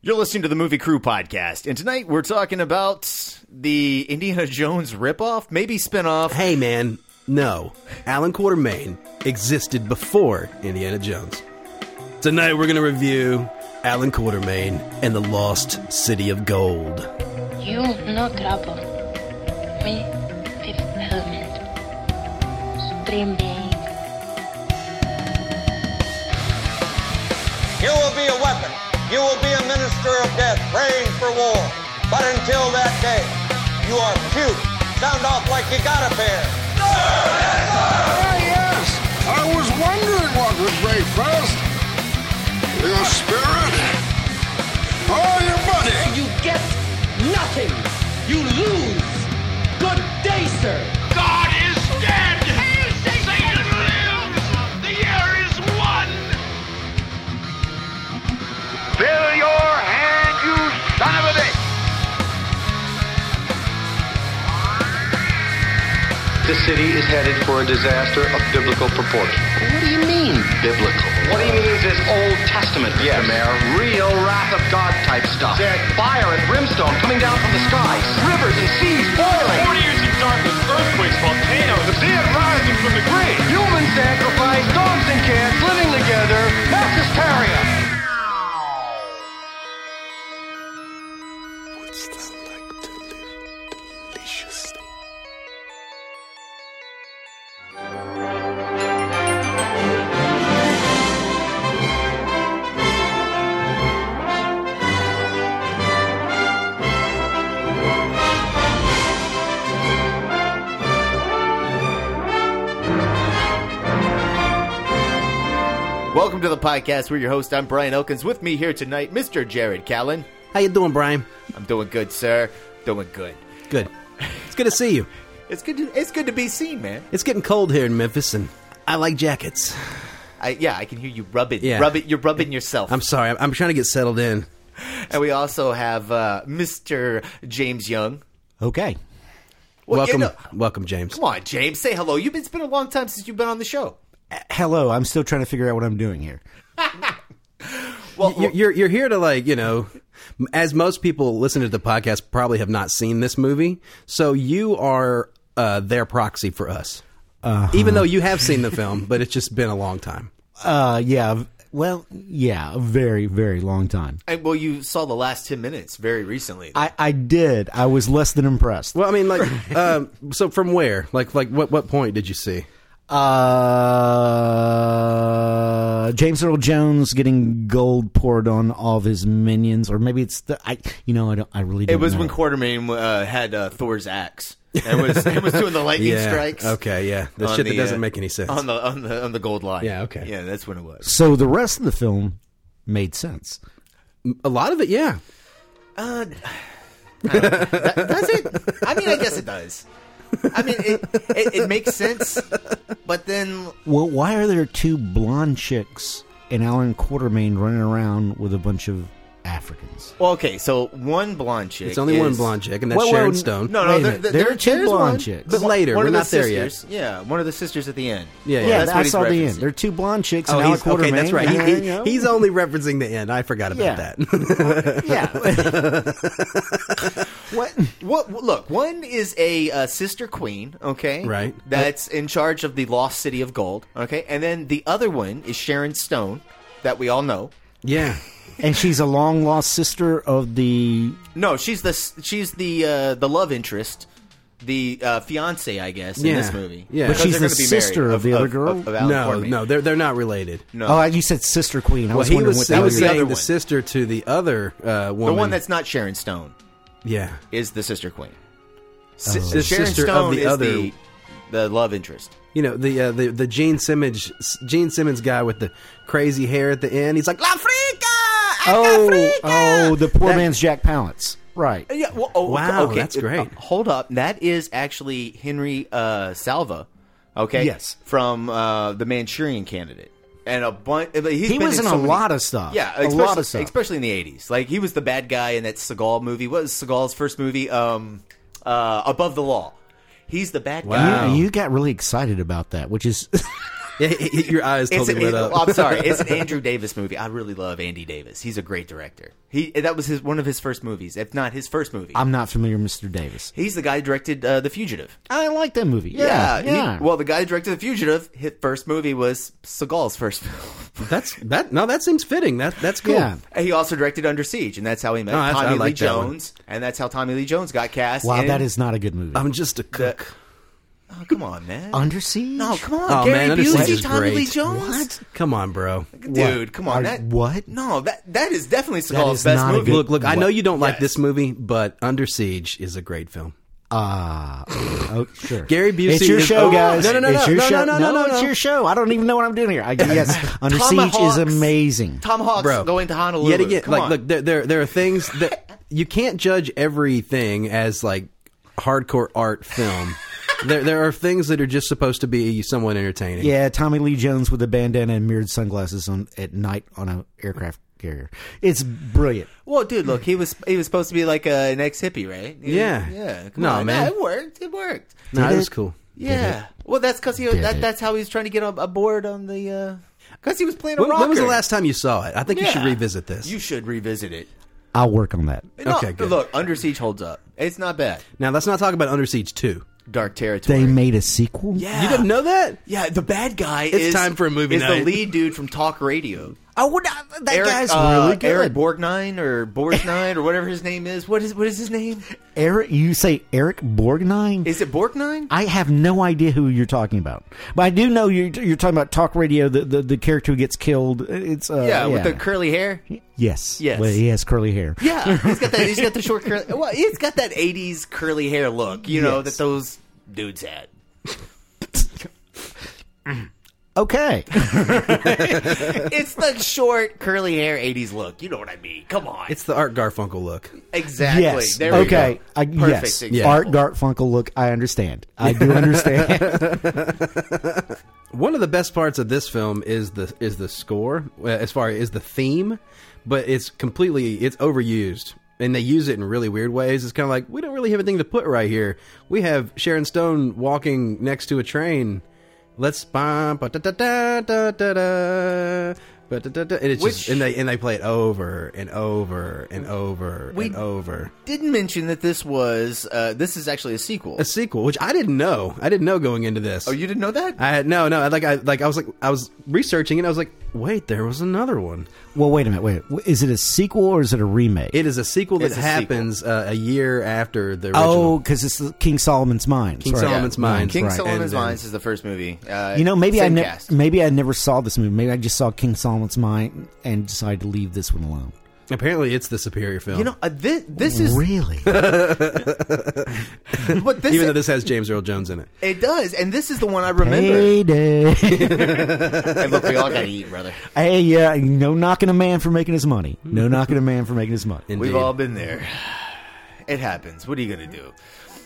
You're listening to the Movie Crew podcast, and tonight we're talking about the Indiana Jones ripoff, maybe spinoff. Hey, man, no. Alan Quartermain existed before Indiana Jones. Tonight we're going to review Alan Quartermain and the Lost City of Gold. You no trouble. Me, fifth element. Supreme being. You will be a weapon. You will be a minister of death, praying for war. But until that day, you are cute. Sound off like you got a pair. Ah, yes. I was wondering what would break first. Your spirit or your money? You get nothing. You lose. Good day, sir. God is dead! Satan lives! The year is one! Fill your hand, you son of a bitch! This city is headed for a disaster of biblical proportion. What do you mean, biblical? What he means is Old Testament, yes. Mayor. Real wrath of God type stuff. Fire and brimstone coming down from the skies. Rivers and seas boiling. 40 years of darkness, earthquakes, volcanoes, the dead rising from the grave. Human sacrifice, dogs and cats living together. Mass hysteria. Welcome to the podcast. We're your host. I'm Brian Elkins. With me here tonight, Mr. Jared Callen. How you doing, Brian? I'm doing good, sir. Doing good. Good. It's good to see you. It's good. To, it's good to be seen, man. It's getting cold here in Memphis, and I like jackets. I, yeah, I can hear you rubbing. Yeah. Rub it. You're rubbing yourself. I'm sorry, I'm, I'm trying to get settled in. and we also have uh, Mr. James Young. Okay. Well, you welcome, know- welcome, James. Come on, James. Say hello. You've been. It's been a long time since you've been on the show. Hello, I'm still trying to figure out what I'm doing here. Well, You're, you're you're here to like you know, m- as most people listening to the podcast probably have not seen this movie, so you are uh, their proxy for us. Uh-huh. Even though you have seen the film, but it's just been a long time. Uh, yeah. v- Well, yeah, a very, very long time. I- well, you saw the last ten minutes very recently. I, I did. I was less than impressed. Well, I mean, like, um, so from where? Like, like what what point did you see? Uh, James Earl Jones getting gold poured on all of his minions, or maybe it's the I. You know, I don't. I really. Don't it was know. when Quartermain Mm-hmm. uh, had uh, Thor's axe. It was. it was doing the lightning Yeah. strikes. Okay. Yeah. The on shit that the, doesn't uh, make any sense. on the on the on the gold line. Yeah, okay. Yeah, that's when it was. So the rest of the film made sense. a lot of it. Yeah. Uh, that, does it? I mean, I guess it does. I mean, it, it, it makes sense, but then Well, why are there two blonde chicks and Alan Quartermain running around with a bunch of Africans? well, okay. So one blonde chick. It's only one is- blonde chick, and that's Well, well, Sharon Stone. No, no, Wait a there, minute. there, There are two there's blonde one. chicks. But later, one we're of the not there yet. sisters, Yeah, one of the sisters at the end. Yeah, yeah. Yeah, that's I what he's saw the end. referencing. There are two blonde chicks and Oh, Alan he's, Quartermain. okay, that's right. He- Yeah, he- you know. he's only referencing the end. I forgot about Yeah. that. yeah. what? What? Look, one is a uh, sister queen, okay, Right. That's in charge of the lost city of gold, okay, and then the other one is Sharon Stone, that we all know. yeah. And she's a long lost sister of the. No, she's the s- she's the uh, the love interest, the uh, fiance, I guess, in Yeah. this movie. Yeah. But Because she's they're gonna the be married, sister of the other girl? Alan No, Quartermain. no, they're they're not related. No. Oh, you said sister queen. I Well, was he wondering was, what he that was the other saying the one. sister to the other uh, woman. the one that's not Sharon Stone yeah, is the sister queen. Si- Oh. The Sharon sister of Stone the is other- the, the love interest. you know the uh, the the Gene Simmons Gene Simmons guy with the crazy hair at the end. He's like La Frica. Oh, Africa! oh, the poor That- man's Jack Palance. Right. Yeah. Well, oh, Wow, okay. that's great. Uh, hold up, that is actually Henry uh, Salva. Okay. Yes. From uh, the Manchurian Candidate, and a bunch. He He was in a lot of stuff. Yeah, A especially- lot of stuff. especially in the eighties. Like he was the bad guy in that Seagal movie. What was Seagal's first movie? Um, uh, Above the Law. He's the bad guy. Wow. You, you got really excited about that, which is Your eyes It's totally an- lit up. I'm sorry. It's an Andrew Davis movie. I really love Andy Davis. He's a great director. He that was his one of his first movies, if not his first movie. I'm not familiar with Mr. Davis. He's the guy who directed uh, The Fugitive. I like that movie. Yeah, yeah. he- well, the guy who directed The Fugitive, his first movie was Seagal's first film. That's that. No, that seems fitting. That that's cool. Yeah. he also directed Under Siege, and that's how he met No, Oh, that's- I Tommy Lee like that one. Jones, and that's how Tommy Lee Jones got cast. wow, in- that is not a good movie. I'm just a cook. Oh, come on, man. Under Siege? no, come on. Oh, Gary man, Under Busey, Siege is Tommy Lee great. Jones. Come on, bro. Dude, What? come on. Are- that, what? No, that that is definitely That Seagal's is best not a movie. good- Look, look. I know you don't like Yes. this movie, but Under Siege is a great film. Ah, oh, sure. Gary Busey It's your is- show, Oh, guys. no, no, no, it's no, your no, show. no, no, no, it's no. your show. I don't even know what I'm doing here. I, yes, Under Siege Tomahawks. is amazing. Tomahawks Bro, going to Honolulu. Yet again, Come like on. look, there, there there are things that you can't judge everything as like hardcore art film. there there are things that are just supposed to be somewhat entertaining. Yeah, Tommy Lee Jones with a bandana and mirrored sunglasses on at night on an aircraft carrier. It's brilliant. Well, dude, look, he was he was supposed to be like a, an ex hippie, right? He- Yeah. yeah. Come No, on. man. it worked. It worked. no, Did it was it? cool. Yeah. Well, that's because he was, Did that, it. that's how he was trying to get on- aboard on the because he was playing a When, rocker. when was the last time you saw it? I think you should Yeah. revisit this. You should revisit it. I'll work on that. No, Okay, good. Look, Under Siege holds up. It's not bad. now let's not talk about Under Siege two. Dark territory. They made a sequel. yeah. You didn't know that? Yeah, the bad guy It's is time for a movie Is night. the lead dude from Talk Radio? Oh, we're not, that Eric, guy's uh, really good. Eric Borgnine or Borgnine or whatever his name is. What is what is his name? Eric, you say Eric Borgnine? Is it Borgnine? I have no idea who you're talking about, but I do know you're, you're talking about talk radio. The, the the character who gets killed. It's uh, yeah, with the curly hair. yes, Yes. Well, he has curly hair. Yeah, he's got that. He's got the short curly. Well, he's got that '80s curly hair look, you know, Yes. that those dudes had. Okay. It's the short curly hair '80s look. You know what I mean? Come on, It's the Art Garfunkel look. exactly. yes. There we okay. go. I, Perfect yes. example. Art Garfunkel. Look, I understand. I do understand. One of the best parts of this film is the is the score, uh, as far as the theme, but it's completely it's overused. And they use it in really weird ways. It's kind of like we don't really have anything to put right here. We have Sharon Stone walking next to a train. Let's bump, ba- da- da- da- da- da- da, ba- da- da- da, and it's Which- just and they and they play it over and over and over We- and over. Didn't mention that this was. Uh, this is actually a sequel. A sequel, which I didn't know. I didn't know going into this. oh, you didn't know that? I had no, no. Like I, like I was like I was researching and I was like, wait, there was another one. well, wait a minute. Wait. Is it a sequel or is it a remake? It is a sequel that It's a sequel. happens Uh, a year after the original. oh, because it's the King Solomon's Mines. King right. Solomon's Mines. King right. Solomon's And- Mines is the first movie. Uh, You know, maybe I same ne- cast. maybe I never saw this movie. Maybe I just saw King Solomon's Mine and decided to leave this one alone. Apparently, it's the superior film. You know, uh, this, this is really what this. even though this has James Earl Jones in it. it does, and this is the one I remember. payday. And look, we all gotta eat, brother. hey, yeah, no knocking a man for making his money. No knocking a man for making his money. Indeed. We've all been there. It happens. What are you gonna do?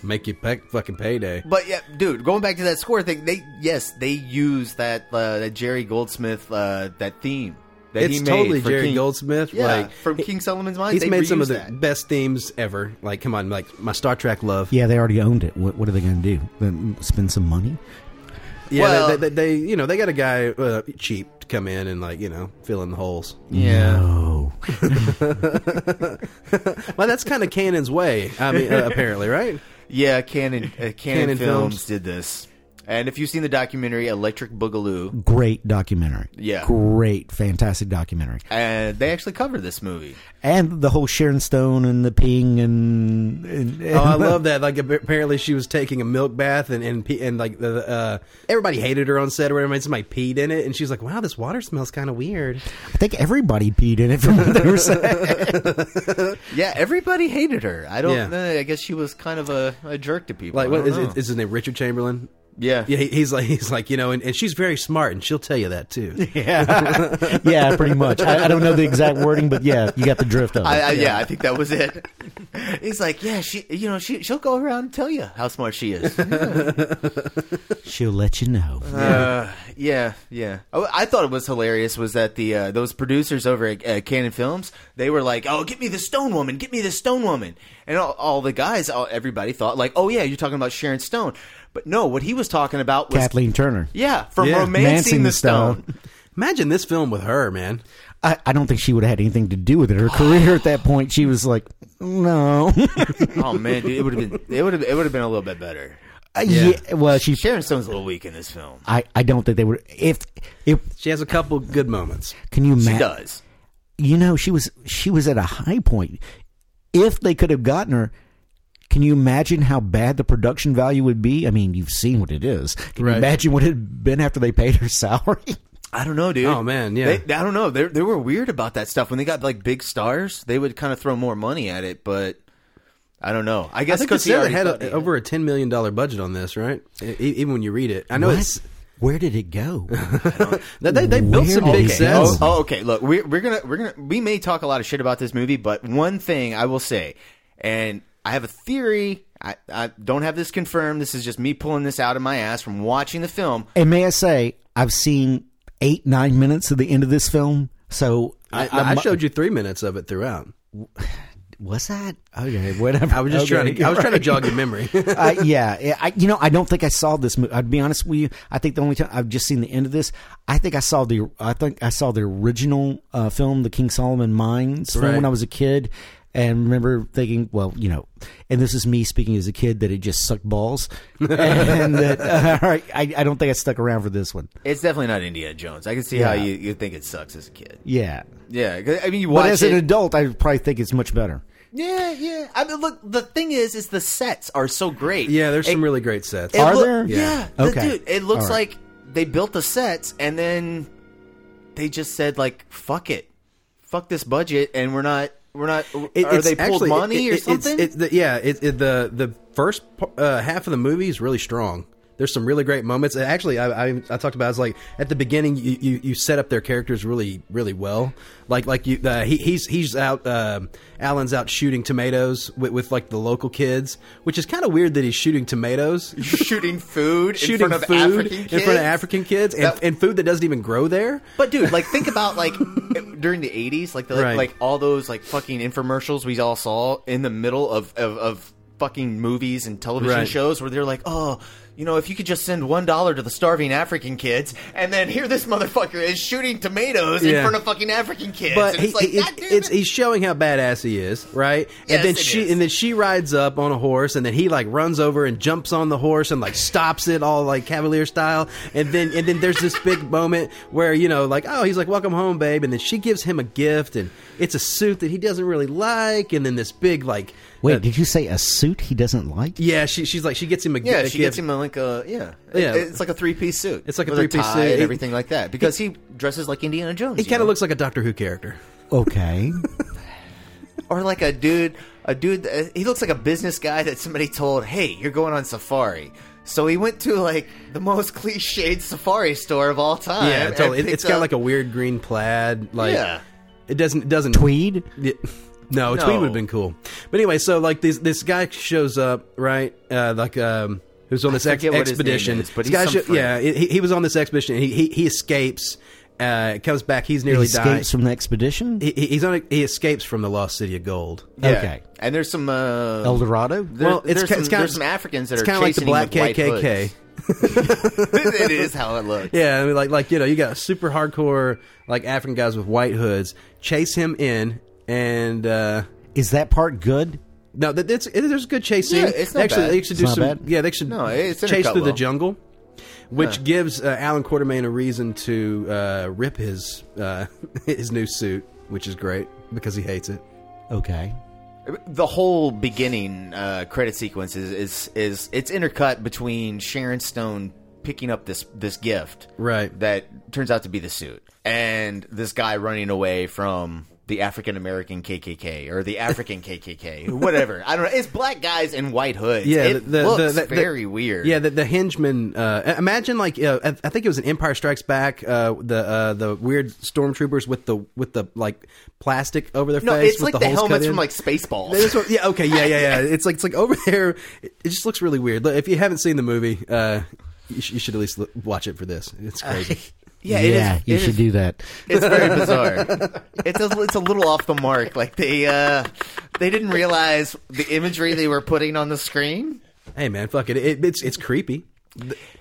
make you peck fucking payday. But yeah, dude, going back to that score thing, they yes, they use that uh, that Jerry Goldsmith uh, that theme that It's he made totally for Jerry King, Goldsmith. yeah, like from King Solomon's Mines. he's they made some of reused the that. best themes ever. Like, come on, like my Star Trek love. Yeah, they already owned it. What, what are they going to do? Then spend some money? Yeah, Well- they, they, they, you know, they got a guy uh, cheap to come in and like, you know, fill in the holes. Yeah, Oh, Well, that's kind of Cannon's way. I mean, uh, apparently, right? yeah. Canon uh, Canon, Canon Films, Films. did this, and if you've seen the documentary Electric Boogaloo, great documentary. Yeah. great, fantastic documentary. uh, they actually cover this movie. And the whole Sharon Stone and the peeing and, and, uh, Oh, I love that. Like, ap- apparently, she was taking a milk bath, and and, pe- and like the uh, everybody hated her on set or whatever. and Somebody peed in it, and she's like, "Wow, this water smells kind of weird." I think everybody peed in it from what they were saying. Yeah, everybody hated her. I don't Yeah. know. I guess she was kind of a, a jerk to people. Like, I what don't is, know. is his name? Richard Chamberlain. yeah, Yeah, he, he's like he's like you know, and, and she's very smart, and she'll tell you that too. yeah, yeah, pretty much. I, I don't know the exact wording, but yeah, you got the drift of it. I, I, yeah, I think that was it. He's like, yeah, she, you know, she, she'll go around and tell you how smart she is. She'll let you know. uh, yeah, yeah. Oh, I thought it was hilarious was that the uh, those producers over at uh, Canon Films they were like, oh, get me the Stone Woman, get me the Stone Woman, and all, all the guys, all, everybody thought like, oh yeah, you're talking about Sharon Stone. But But no, what he was talking about was Kathleen Turner. Yeah, from Yeah. romancing Mancing the the Stone. stone. Imagine this film with her, man. I, I don't think she would have had anything to do with it. Her career at that point, she was like, no. oh man, dude, it would have been it would have it would have been a little bit better. Uh, yeah. well, she. Sharon Stone's a little weak in this film. I, I don't think they would. If if She has a couple good moments. can you She imagine? does. You know she was she was at a high point. If they could have gotten her, can you imagine how bad the production value would be? I mean, you've seen what it is. Can Right. you imagine what it had been after they paid her salary? I don't know, dude. Oh, man, yeah. They, I don't know. They they were weird about that stuff. When they got like big stars, they would kind of throw more money at it, but I don't know. I I guess think it because he said it already had thought he a, over a ten million dollar budget on this, right? E- e- even when you read it, I know it's Where did it go? they they, they built Where some did big it sets. Oh, oh, okay. Look, we're, we're gonna we're gonna we may talk a lot of shit about this movie, but one thing I will say, and I have a theory. I, I don't have this confirmed. This is just me pulling this out of my ass from watching the film. And may I say, I've seen eight, nine minutes of the end of this film. So I, I showed you three minutes of it throughout. Was that okay? Whatever. I was just Okay, trying to I was you're trying to right. jog your memory. uh, yeah, I, you know, I don't think I saw this movie. I'd be honest with you. I think the only time I've just seen the end of this, I think I saw the, I think I saw the original uh, film, the King Solomon Mines, film, Right. when I was a kid, and remember thinking, well, you know, and this is me speaking as a kid that it just sucked balls, and that, uh, all right, I, I don't think I stuck around for this one. It's definitely not Indiana Jones. I can see how Yeah. you, you think it sucks as a kid. Yeah, Yeah, 'cause, I mean, you watch but as it. an adult, I probably think it's much better. yeah, yeah. I mean, look, the thing is, is the sets are so great. yeah, there's It- some really great sets. it Are loo- there? Yeah. Yeah. the- Okay. dude, it looks All right. like they built the sets and then they just said like, "Fuck it, fuck this budget," and we're not, we're not. It- are it's they pulled actually- money it- or it- it's- something? it's the- yeah, it, it- the the first uh, half of the movie is really strong. There's some really great moments. Uh, Actually, I, I, I talked about it's like at the beginning you, you, you set up their characters really really well. Like like you uh, he, he's he's out um Alan's out shooting tomatoes with, with like the local kids, which is kind of weird that he's shooting tomatoes. shooting food shooting in front of food African kids. in front of African kids and, That- and food that doesn't even grow there. But dude, like think about like during the '80s, like the, like, Right. like all those like fucking infomercials we all saw in the middle of of, of fucking movies and television Right. shows where they're like, oh, you know, if you could just send one dollar to the starving African kids, and then here this motherfucker is shooting tomatoes in Yeah. front of fucking African kids. But and he, it's like, he- "God damn it's, it." he's showing how badass he is, right? Yes, and then it she is. and then she rides up on a horse, and then he like runs over and jumps on the horse and like stops it all like cavalier style. And then and then there's this big moment where you know like oh he's like welcome home babe, and then she gives him a gift, and it's a suit that he doesn't really like, and then this big like Wait, uh, did you say a suit he doesn't like? yeah, she, she's like she gets him a, gi- yeah, a she gift. gets him a, like a yeah, Yeah. It's like a three piece suit. It's like a with three-piece tie suit. and It- everything like that because he dresses like Indiana Jones. he you kind know? of looks like a Doctor Who character. Okay. or like a dude, a dude. uh, He looks like a business guy that somebody told, "Hey, you're going on safari." So he went to like the most cliched safari store of all time. yeah, totally. It, and it's picked got up- like a weird green plaid. Like Yeah. it doesn't it doesn't Tweed? Yeah. No, No. Tweed would have been cool. But anyway, so like this this guy shows up, right? Uh, like um, who's on this ex- forget what his expedition? name is, but This he's guy some friend. yeah, he, he was on this expedition. He he, he escapes, uh, comes back. He's He nearly died. escapes from the expedition? He, he- he's on. A, he escapes from the lost city of gold. Yeah. Okay. And there's some uh, El Dorado? There, Well, it's there's, ki- some, it's kinda- there's some Africans that It's are kind of like the chasing him black with white KKK. hoods. it is how it looks. Yeah, I mean, like like you know, you got super hardcore like African guys with white hoods chase him in, and uh, Is that part good? no, that it's, it, there's a good chase scene. Yeah, it's not they actually, bad. They should do It's not some. bad. Yeah, they should No, it's chase intercut through the well. jungle, which gives uh, Alan Quartermain a reason to uh, rip his uh, his new suit, which is great because he hates it. Okay. The whole beginning uh, credit sequence is, is is it's intercut between Sharon Stone picking up this this gift, Right. That turns out to be the suit, and this guy running away from the African American KKK or the African KKK, whatever. I don't know. It's black guys in white hoods. Yeah, it the, the, looks the- the- very weird. Yeah, the, the henchman. Uh, imagine like uh, I I think it was an Empire Strikes Back. Uh, the uh, the weird stormtroopers with the with the like plastic over their no, face. it's with like the, the, holes cut helmets in. from like Spaceballs. That's what- yeah. Okay. Yeah. Yeah. Yeah. It's like it's like over there. It it just looks really weird. Look, If you haven't seen the movie, uh, you, sh- you should at least look, watch it for this. It's crazy. yeah, it is- you it should is- do that. It's very bizarre. it's a, it's a little off the mark. Like they uh, they didn't realize the imagery they were putting on the screen. Hey man, fuck it. it it's it's creepy.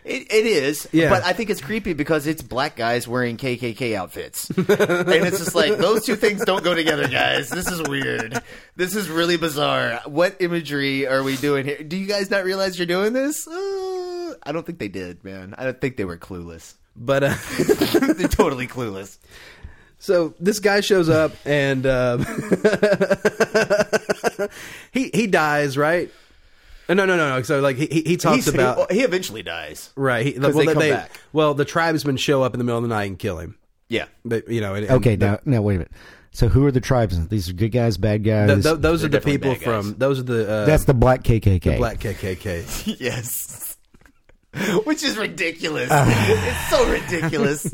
It, it is, Yeah. but I think it's creepy because it's black guys wearing KKK outfits, and it's just like those two things don't go together, guys. This is weird. This is really bizarre. What imagery are we doing here? Do you guys not realize you're doing this? Uh, I don't think they did, man. I don't think they were clueless. But uh, They're totally clueless. so this guy shows up and uh, he he dies, right? Uh, No, no, no, no. So like he he he talks He's- about he, he eventually dies. right. He, 'Cause well, they come back. well, the tribesmen show up in the middle of the night and kill him. Yeah, But you know, and, and Okay, the- now now wait a minute. So who are the tribesmen? These are good guys, bad guys. th- th- those are the definitely people bad guys. from those are the uh, That's the black KKK. black KKK. yes. Which is ridiculous. it's so ridiculous.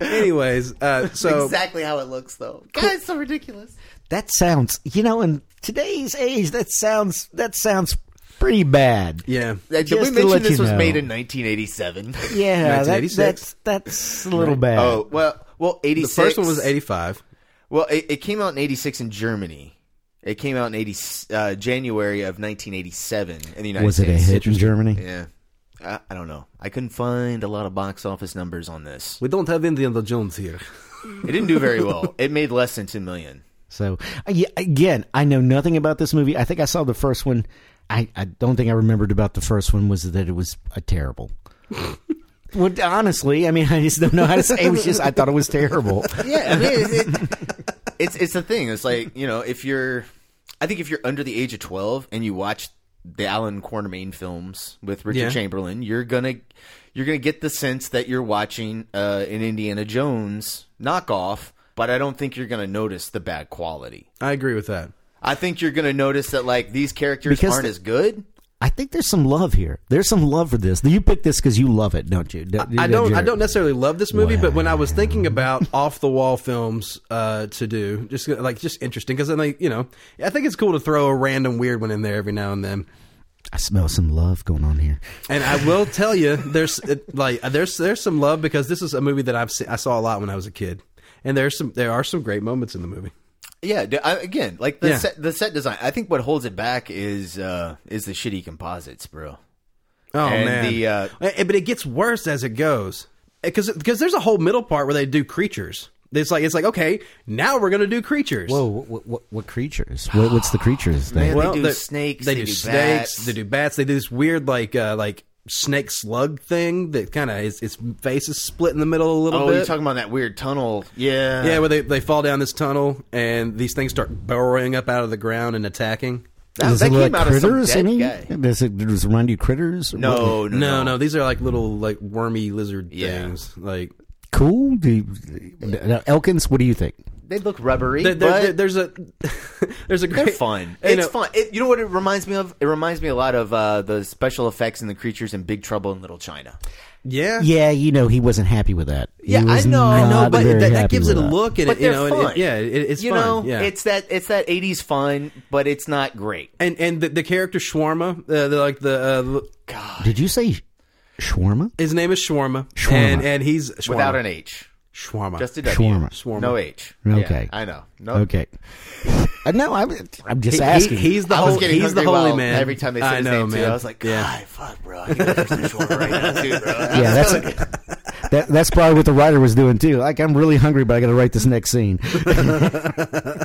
Anyways, uh, so exactly how it looks, though. God, it's so ridiculous. That sounds, you know, in today's age, that sounds that sounds pretty bad. yeah, Did Just we to mention let you this was know. made in 1987? Yeah, that, 1986. that's that's a little bad. Oh well, well the 86. first one was eighty five. Well, it, it came out in 86 in Germany. It came out in 80 uh, January of 1987 in the United was it a States. hit in Germany? Yeah, I, I don't know. I couldn't find a lot of box office numbers on this. We don't have Indiana Jones here. It didn't do very well. it made less than two million. So uh, yeah, again, I know nothing about this movie. I think I saw the first one. I, I don't think I remembered about the first one was that it was a terrible. well, honestly, I mean, I just don't know how to say. It was just I thought it was terrible. Yeah, I mean, it, it, it's it's the thing. It's like you know, if you're, I think if you're under the age of twelve and you watch the Alan Quartermain films with Richard Yeah. Chamberlain, you're gonna you're gonna get the sense that you're watching uh, an Indiana Jones knockoff. But I don't think you're gonna notice the bad quality. I agree with that. I think you're gonna notice that like these characters Because aren't the- as good. I think there's some love here. There's some love for this. You pick this because you love it, don't you? I don't. I don't necessarily love this movie, but when I was thinking about off the wall films uh, to do, just like just interesting because I think you know, I think it's cool to throw a random weird one in there every now and then. I smell some love going on here. And I will tell you, there's it, like there's there's some love because this is a movie that I've seen, I saw a lot when I was a kid, and there's some there are some great moments in the movie. Yeah, d- I, again, like the Yeah. set, the set design. I think what holds it back is uh, is the shitty composites, bro. Oh And man! the, uh, Eh, but it gets worse as it goes because there's a whole middle part where they do creatures. It's like it's like okay, now we're gonna do creatures. Whoa, what, what, what creatures? What, what's the creatures thing? Man, they do snakes, they do bats. They do bats. They do this weird like uh, like snake slug thing that kind of its, its face is split in the middle a little Oh, bit. you're talking about that weird tunnel? Yeah, yeah, where they, they fall down this tunnel and these things start burrowing up out of the ground and attacking. That, it that look came like out of some critters? dead any? guy. Does it, does it remind you of critters? or what? No, no, No, Oh, no, no, these are like little like wormy lizard Yeah. things. Like cool. Do you, now, Elkins, what do you think? They look rubbery, there- there- but there- there's a there's a they're great fun. you It's know, fun. It, you know what it reminds me of? It reminds me a lot of uh, the special effects and the creatures in Big Trouble in Little China. Yeah, Yeah, you know he wasn't happy with that. He Yeah, I was know, I not No, but very that, that happy gives it with a that. look, and But it, you they're know, and it- fun. yeah, it, it's you fun. know, yeah. it's that it's that '80s fun, but it's not great. and and the, the character Shawarma, uh, they're like the uh, l- Did you say shawarma? his name is Shawarma, Shawarma. and and he's Shawarma. Without an H, Shawarma. just a W. Shawarma. Shawarma. No H. Okay. Yeah, I know. No, Okay. Uh, no, I'm, I'm just He- asking. he- he's the I whole, was getting he's the hungry holy while- man. Every time they I said his know, name man. too, I was like, God, yeah. fuck, bro. I can some shawarma right now, too, bro. yeah, that's that, that's probably what the writer was doing too. Like, I'm really hungry, but I got to write this next scene. it's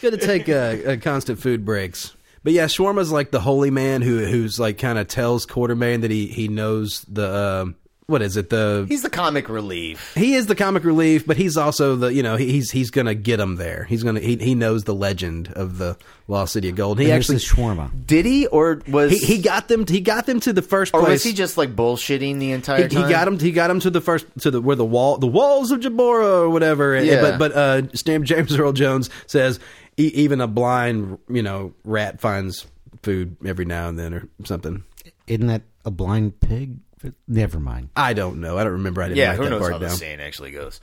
good to take uh, uh, constant food breaks. But yeah, Shawarma's like the holy man who who's like kind of tells Quartermain that he he knows the um, what is it the He's the comic relief. he is the comic relief, but he's also the you know he- he's he's gonna get him there. He's gonna he he knows the legend of the lost city of gold. He Here's actually the shawarma. Did he, or was he, he got them he got them to the first or place. was he just like bullshitting the entire he, he time? got him. He got him to the first to the where the wall the walls of Jabora or whatever. And- Yeah. But but uh, Stam James Earl Jones says e- even a blind you know rat finds food every now and then or something. Isn't that a blind pig? Never mind. I don't know. I don't remember. I didn't Yeah, write who that knows part how down. the scene actually goes.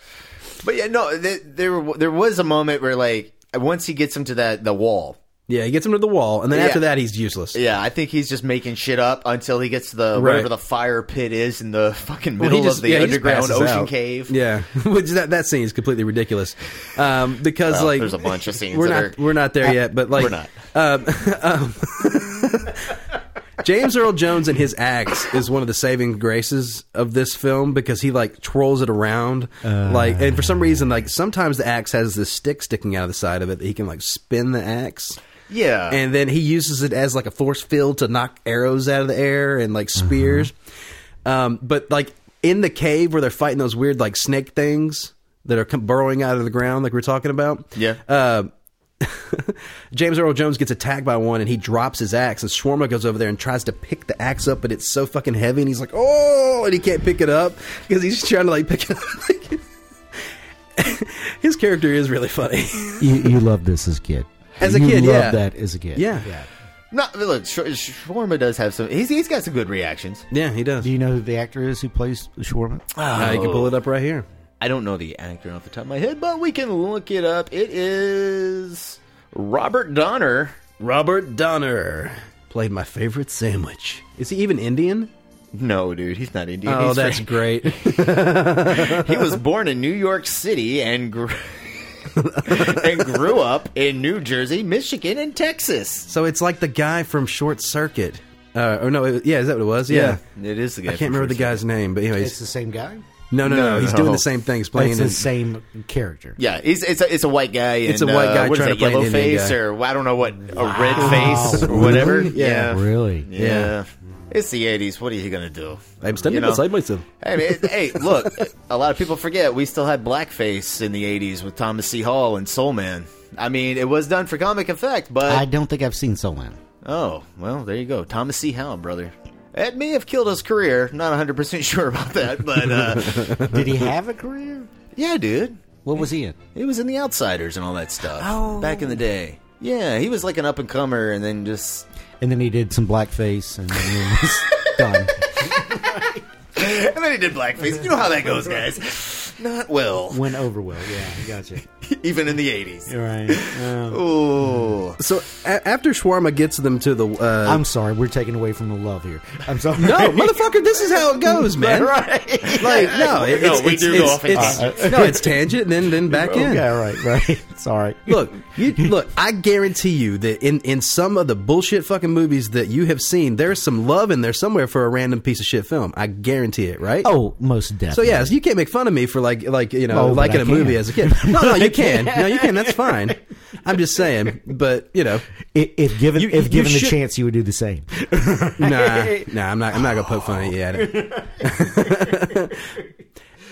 But yeah, no, th- there there was a moment where like once he gets him to that the wall, Yeah, he gets him to the wall, and then Yeah. after that, he's useless. Yeah, I think he's just making shit up until he gets to the Right. wherever the fire pit is in the fucking Well, middle of the yeah, just underground passes ocean out. cave. Yeah, which that that scene is completely ridiculous, um, because Well, like there's a bunch of scenes we're that not are- we're not there yet, but like we're not. Um, um, James Earl Jones and his axe is one of the saving graces of this film because he like twirls it around like and for some reason like sometimes the axe has this stick sticking out of the side of it that he can like spin the axe. Yeah. And then he uses it as like a force field to knock arrows out of the air and like spears. Um, but like in the cave where they're fighting those weird like snake things that are com- burrowing out of the ground, like we we're talking about. Yeah. Uh, James Earl Jones gets attacked by one and he drops his axe and Swarma goes over there and tries to pick the axe up but it's so fucking heavy and he's like oh and he can't pick it up because he's trying to like pick it up. Like, his character is really funny. You, you loved this as a kid. As a You kid, loved yeah. that as a kid. Yeah. No, but look, Sh- Shawarma does have some. He's, he's got some good reactions. Yeah, he does. Do you know who the actor is who plays Shawarma? Uh, you can pull it up right here. I don't know the actor off the top of my head, but we can look it up. It is Robert Donner. Robert Donner played my favorite sandwich. Is he even Indian? No, dude, he's not Indian. Oh, He's that's fr- great. he was born in New York City and grew and grew up in New Jersey, Michigan, and Texas. so it's like the guy from Short Circuit. Uh, or no, it, yeah, is that what it was? Yeah. it is the guy. I can't remember the guy's name, but It's anyways, the same guy. no, no, no, No, he's no. doing the same thing. He's playing. It's the in- same character. Yeah, he's, it's a it's a white guy. It's and, a white uh, guy what is trying that, to play an yellow Indian face guy. or I don't know what a red Oh, face or whatever. Yeah. Really? yeah, It's the '80s. What are you gonna do? I'm standing You know? beside myself. Hey, man, it- hey, look, a lot of people forget we still had blackface in the 80s with Thomas C. Hall and Soul Man. I mean, it was done for comic effect, but. I don't think I've seen Solan. Oh, well, there you go. Thomas C. Howell, brother. That may have killed his career. Not 100% sure about that, but uh, Did he have a career? yeah, dude. What was he in? He was in The Outsiders and all that stuff back in the day. Yeah, he was like an up and comer and then just. And then he did some blackface, and then he was done. And then he did blackface. You know how that goes, guys. Not well, Went over well. Yeah, I gotcha. even in the 80s. All right. Um, Ooh. So a- after Shawarma gets them to the, uh, I'm sorry. We're taking away from the love here. I'm sorry. no, motherfucker, this is how it goes, man. Right. Like no, it- it's, we it's, do go it's, off in it's- no, it's tangent, and then then back in. Okay, all right, right. Sorry. look, you, look. I guarantee you that in in some of the bullshit fucking movies that you have seen, there's some love in there somewhere for a random piece of shit film. I guarantee it, right? Oh, most definitely. So yeah, so you can't make fun of me for like like you know No, but liking I a movie can. as a kid. No, no, you can. No, you can. That's fine. I'm just saying, but you know, I- if given You- if you given should- the chance, you would do the same. nah, nah, I'm not. I'm not gonna poke fun at you. At it.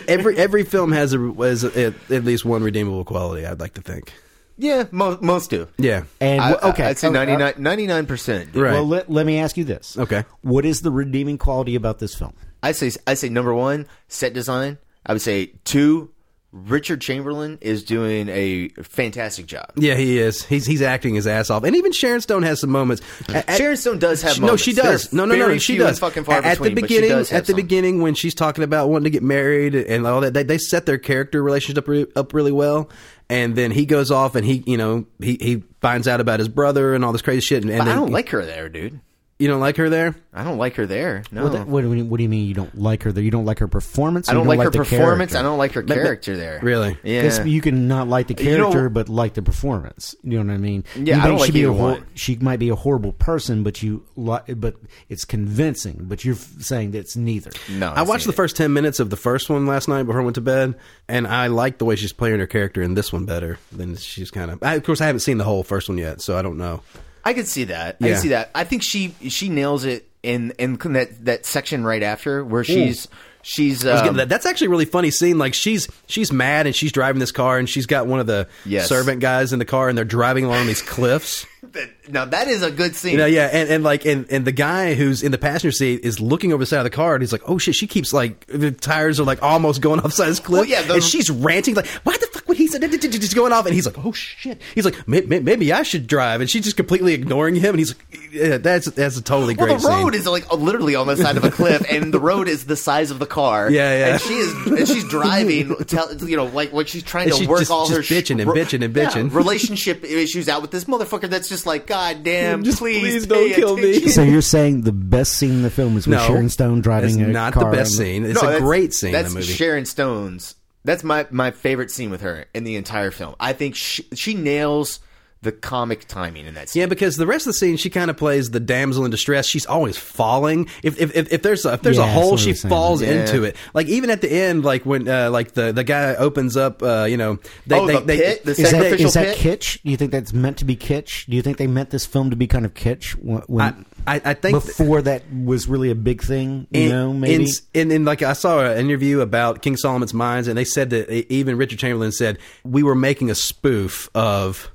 every every film has a has a, at, at least one redeemable quality. I'd like to think. Yeah, mo- most do. Yeah. And I- okay, I, I'd say Oh, uh, 99 percent. Right. Well, let, let me ask you this. Okay. What is the redeeming quality about this film? I say I say number one set design. I would say two. Richard Chamberlain is doing a fantastic job. Yeah, he is. He's he's acting his ass off, and even Sharon Stone has some moments. At- at- Sharon Stone does have She- moments. No, she does. They're no, no, no, no, very she few and does. fucking far at, at between, the but she beginning, does have at the some. beginning, when she's talking about wanting to get married and all that, they, they set their character relationship re- up really well. And then he goes off, and he, you know, he, he finds out about his brother and all this crazy shit. And, and But I then- don't like her there, dude. you don't like her there. I don't like her there. No, What, what, do you- what do you mean you don't like her? There, you don't like her performance. or I you don't like her the performance. character? I don't like her but- character there. Really? Yeah. Because you can not like the You know- character, but like the performance. You know what I mean? Yeah, you I may- don't like she be a either hor- one. She might be a horrible person, but you, li- but it's convincing. But you're f- saying that it's neither. No, I watched the first. first ten minutes of the first one last night before I went to bed, and I like the way she's playing her character in this one better than she's kind of. I, of course, I haven't seen the whole first one yet, so I don't know. I could see that. I Yeah. can see that. I think she she nails it in in that that section right after where she's she's. I was getting um, to that. That's actually a really funny scene. Like she's she's mad and she's driving this car and she's got one of the Yes. servant guys in the car and they're driving along these cliffs. that- Now that is a good scene. You know, yeah, and, and like and, and the guy who's in the passenger seat is looking over the side of the car and he's like, Oh shit, she keeps like the tires are like almost going off the side of this cliff. Well, yeah, the- and she's ranting like, Why the fuck when he's just going off, and he's like, "Oh shit!" He's like, "May- may- "Maybe I should drive," and she's just completely ignoring him, and he's like, yeah, "That's that's a totally great." Well, the scene. road is like literally on the side of a cliff, and the road is the size of the car. Yeah, yeah. And she is, and she's driving. Tell, you know, like like she's trying And to she's work just- all just her sh- bitching and ro- bitching and bitching. yeah, relationship issues out with this motherfucker. That's just like, God damn, Just please, please don't pay kill me." attention." So you're saying the best scene in the film is when No, Sharon Stone driving that's a not car the best and- scene. It's No, a that's- great scene in That's the movie. Sharon Stone's. That's my my favorite scene with her in the entire film. I think she, she nails the comic timing in that scene. Yeah, because the rest of the scene, she kind of plays the damsel in distress. She's always falling. If if if, if there's a if there's Yeah, a that's hole, what I she was saying. falls Yeah. into it. Like even at the end, like when uh, like the, the guy opens up, uh, you know, they, Oh, they, the they, pit? The Is that, Sacrificial is that pit? kitsch? Do you think that's meant to be kitsch? Do you think they meant this film to be kind of kitsch when, I, when I I think before that was really a big thing? You in- know, maybe. in, in, in, like I saw an interview about King Solomon's Mines, and they said that e- even Richard Chamberlain said we were making a spoof of,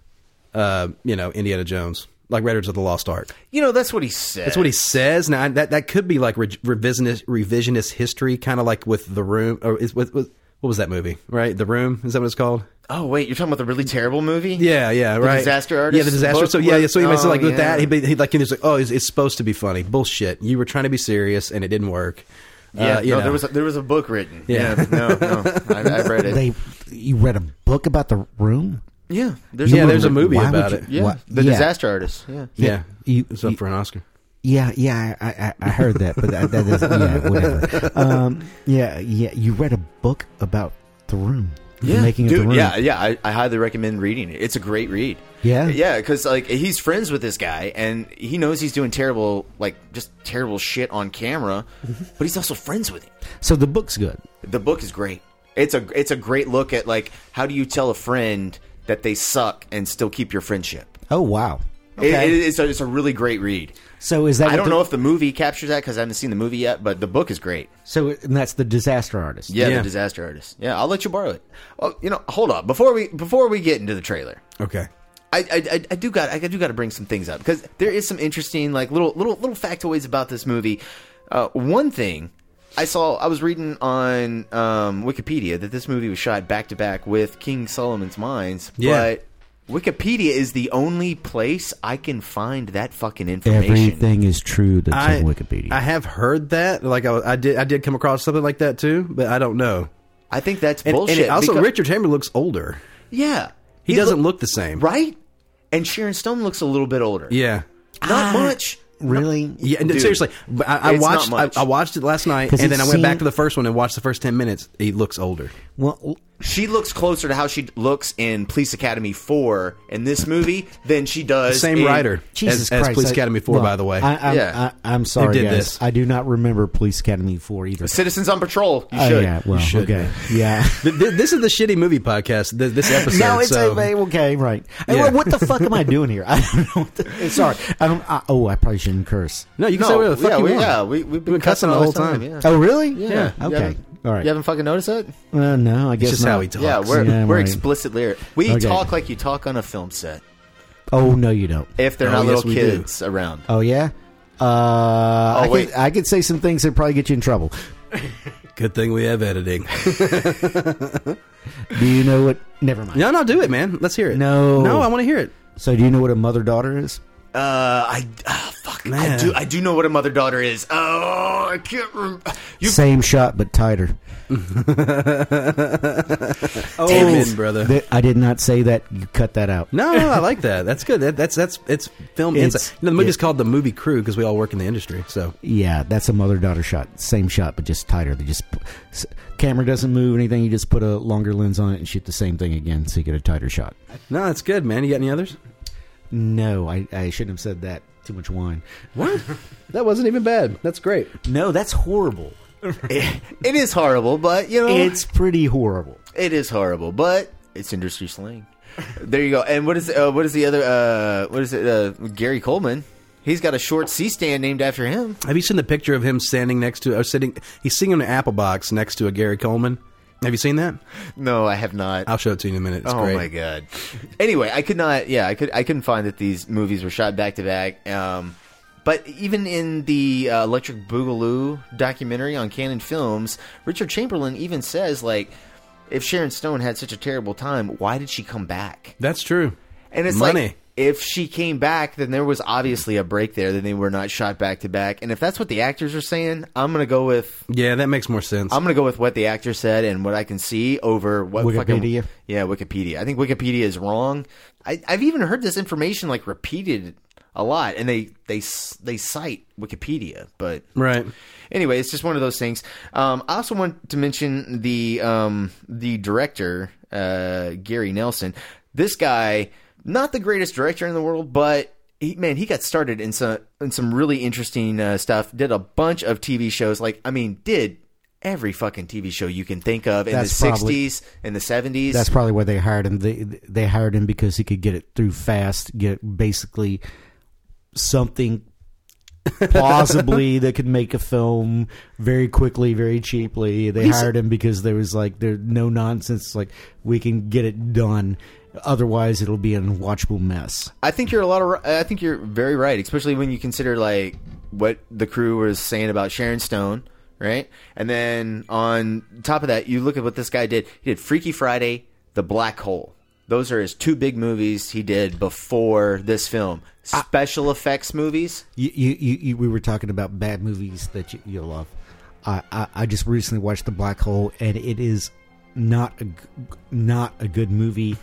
uh, you know, Indiana Jones, like Raiders of the Lost Ark. You know, that's what he said. That's what he says. Now that that could be like re- revisionist revisionist history, kind of like with the room or is, with, with what was that movie? Right, the room is that what it's called? Oh wait, you're talking about the really terrible movie? Yeah, yeah, right. Disaster Artist Yeah, the disaster. book so yeah, yeah. So he was- makes it like oh, with that, yeah. he, be- he like and he's like, oh, it's, it's supposed to be funny. Bullshit. You were trying to be serious and it didn't work. Yeah, uh, you no, know. there was a, there was a book written. Yeah. Yeah, no, no, I, I read it. they you read a book about the room. yeah, there's yeah, a book. there's a movie Why would about you- it. yeah, What? the Yeah. disaster artist. Yeah, yeah, You- it's up you- for an Oscar. Yeah, yeah, I, I, I heard that, but that, that is yeah, whatever. Um, yeah, yeah. You read a book about the room, the making of the dude. room. Yeah, yeah. I, I highly recommend reading it. It's a great read. Yeah? yeah. Because like he's friends with this guy, and he knows he's doing terrible, like just terrible shit on camera, Mm-hmm. but he's also friends with him. So the book's good. The book is great. It's a it's a great look at like how do you tell a friend that they suck and still keep your friendship. Oh wow. It- it- it's, a, it's a really great read. So is that? I what don't the- know if the movie captures that because I haven't seen the movie yet, but the book is great. So and that's the disaster artist. Yeah, Yeah. the disaster artist. Yeah, I'll let you borrow it. Oh, you know, hold on before we before we get into the trailer. Okay. I, I, I- I do got I do got to bring some things up because there is some interesting like little little little factoids about this movie. Uh, one thing I saw I was reading on um, Wikipedia that this movie was shot back to back with King Solomon's Mines, Yeah. but Wikipedia is the only place I can find that fucking information. Everything is true that's on Wikipedia. I have heard that. Like I, I did, I did come across something like that too, but I don't know. I think that's And, bullshit. and it also, because- Richard Chamberlain looks older. yeah, He, doesn't loo- look the same, right, and Sharon Stone looks a little bit older. Yeah. not much. really? Yeah, no, Dude, seriously. But I, I it's not watched. I, much. I watched it last night, 'Cause and it then I went back seemed- to the first one and watched the first ten minutes. He looks older. Well, she looks closer to how she looks in Police Academy 4 in this movie than she does. Same in- writer Jesus as, Christ! as Police I- Academy Four, well, by the way. I, I'm, Yeah. I, am sorry, did guys. this. I do not remember Police Academy Four either. Citizens on Patrol. You Oh, should. yeah, well, should. okay, yeah. Th- th- this is the shitty movie podcast. th- This episode. No, it's so- okay, okay, right. Hey, um, Yeah. what, what the fuck am I doing here? I don't know. What the, eh, sorry, I don't. I, oh, I probably shouldn't curse. no. You can No, say whatever the fuck yeah, you we, want. yeah, we, we've been, been cussing the whole time. Yeah. Oh, really? Yeah. You Okay. haven't- All right. You haven't fucking noticed that? Uh, no, I guess it's just not. how he talks. Yeah, we're Yeah, we're right. explicit lyric. We Okay. talk like you talk on a film set Oh no, you don't. if they're Oh, not yes, little we do. kids around. Oh yeah. Uh, I wait. could, I could say some things that probably get you in trouble. Good thing we have editing. Do you know what? Never mind. no, no, do it, man. Let's hear it. No. no, I want to hear it. So, do you know what a mother daughter is? Uh, I ah, fuck. I Man. do. I do know what a mother daughter is. Oh, I can't remember. You Same shot, but tighter. Oh, brother. Th- I did not say that. You cut that out. no, no, I like that. That's good. That, that's that's it's film It's- insight. You know, the movie's yeah. called The Movie Crew because we all work in the industry. So Yeah, that's a mother daughter shot. Same shot, but just tighter. They just p- s- camera doesn't move anything. You just put a longer lens on it and shoot the same thing again, so you get a tighter shot. no, that's good, man. You got any others? No, I, I shouldn't have said that. Too much wine. What? that wasn't even bad. That's great. No, that's horrible. it is horrible, but you know It's pretty horrible. It is horrible, but it's industry slang. There you go. And what is uh, what is the other? Uh, what is it? Uh, Gary Coleman. He's got a short C stand named after him. Have you seen the picture of him standing next to or sitting? He's singing an apple box next to a Gary Coleman. Have you seen that? No, I have not. I'll show it to you in a minute. It's oh great. my god. Anyway, I could not. Yeah, I could. I couldn't find that these movies were shot back to back. Um, But even in the uh, Electric Boogaloo documentary on Canon Films, Richard Chamberlain even says like. if Sharon Stone had such a terrible time, why did she come back? That's true. And it's Money. like if she came back, then there was obviously a break there. Then they were not shot back to back. And if that's what the actors are saying, I'm gonna go with Yeah, that makes more sense. I'm gonna go with what the actor said and what I can see over what Wikipedia? Fucking, yeah, Wikipedia. I think Wikipedia is wrong. I, I've even heard this information like repeated a lot, and they they s- they cite Wikipedia, but right. anyway, it's just one of those things. Um, I also want to mention the um, the director uh, Gary Nelson. This guy, not the greatest director in the world, but he, man, he got started in some in some really interesting uh, stuff. Did a bunch of TV shows. Like, I mean, did every fucking TV show you can think of in That's the probably- '60s and the '70s. That's probably why they hired him. They they hired him because he could get it through fast, get basically something plausibly that could make a film very quickly, very cheaply. They hired him because there was like there no nonsense. Like we can get it done. Otherwise, it'll be an unwatchable mess. I think you're a lot of. I think you're very right, especially when you consider like what the crew was saying about Sharon Stone, right? And then on top of that, you look at what this guy did. He did Freaky Friday, The Black Hole. Those are his two big movies he did before this film. Special effects movies. You, you, you, you, we were talking about bad movies that you, you love. I, I, I just recently watched The Black Hole, and it is not a g- not a good movie.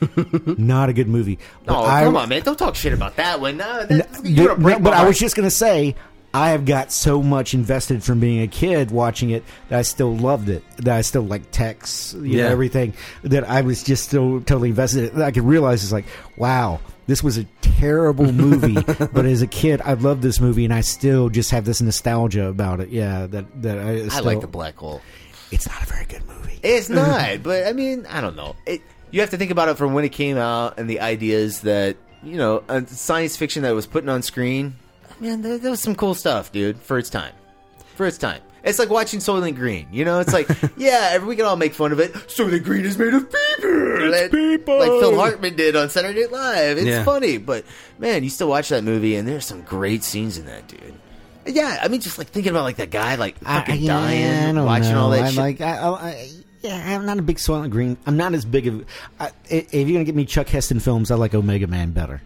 not a good movie. But Oh, I- come on, man! Don't talk shit about that one. No, No, that's, you're gonna no, break my but I heart. was just gonna say, I have got so much invested from being a kid watching it that I still loved it. That I still like texts, you know, Yeah. everything. That I was just still totally invested. in it. That I could realize is like, wow, this was a terrible movie. but as a kid, I loved this movie, and I still just have this nostalgia about it. Yeah, that that I, I still- like the Black Hole. It's not a very good movie. It's not, but I mean, I don't know. It, you have to think about it from when it came out and the ideas that you know, uh, science fiction that was putting on screen. Man, there, there was some cool stuff, dude, for its time. For its time, it's like watching Soylent Green. You know, it's like, yeah, we can all make fun of it. Soylent Green is made of paper, like, people. like Phil Hartman did on Saturday Night Live. It's Yeah. funny, but man, you still watch that movie, and there's some great scenes in that, dude. Yeah, I mean, just like thinking about like that guy, like fucking yeah, dying, watching all that I shit. Like, I, I, I, yeah, I'm not a big Soylent Green. I'm not as big of. I, if you're gonna get me Chuck Heston films, I like Omega Man better.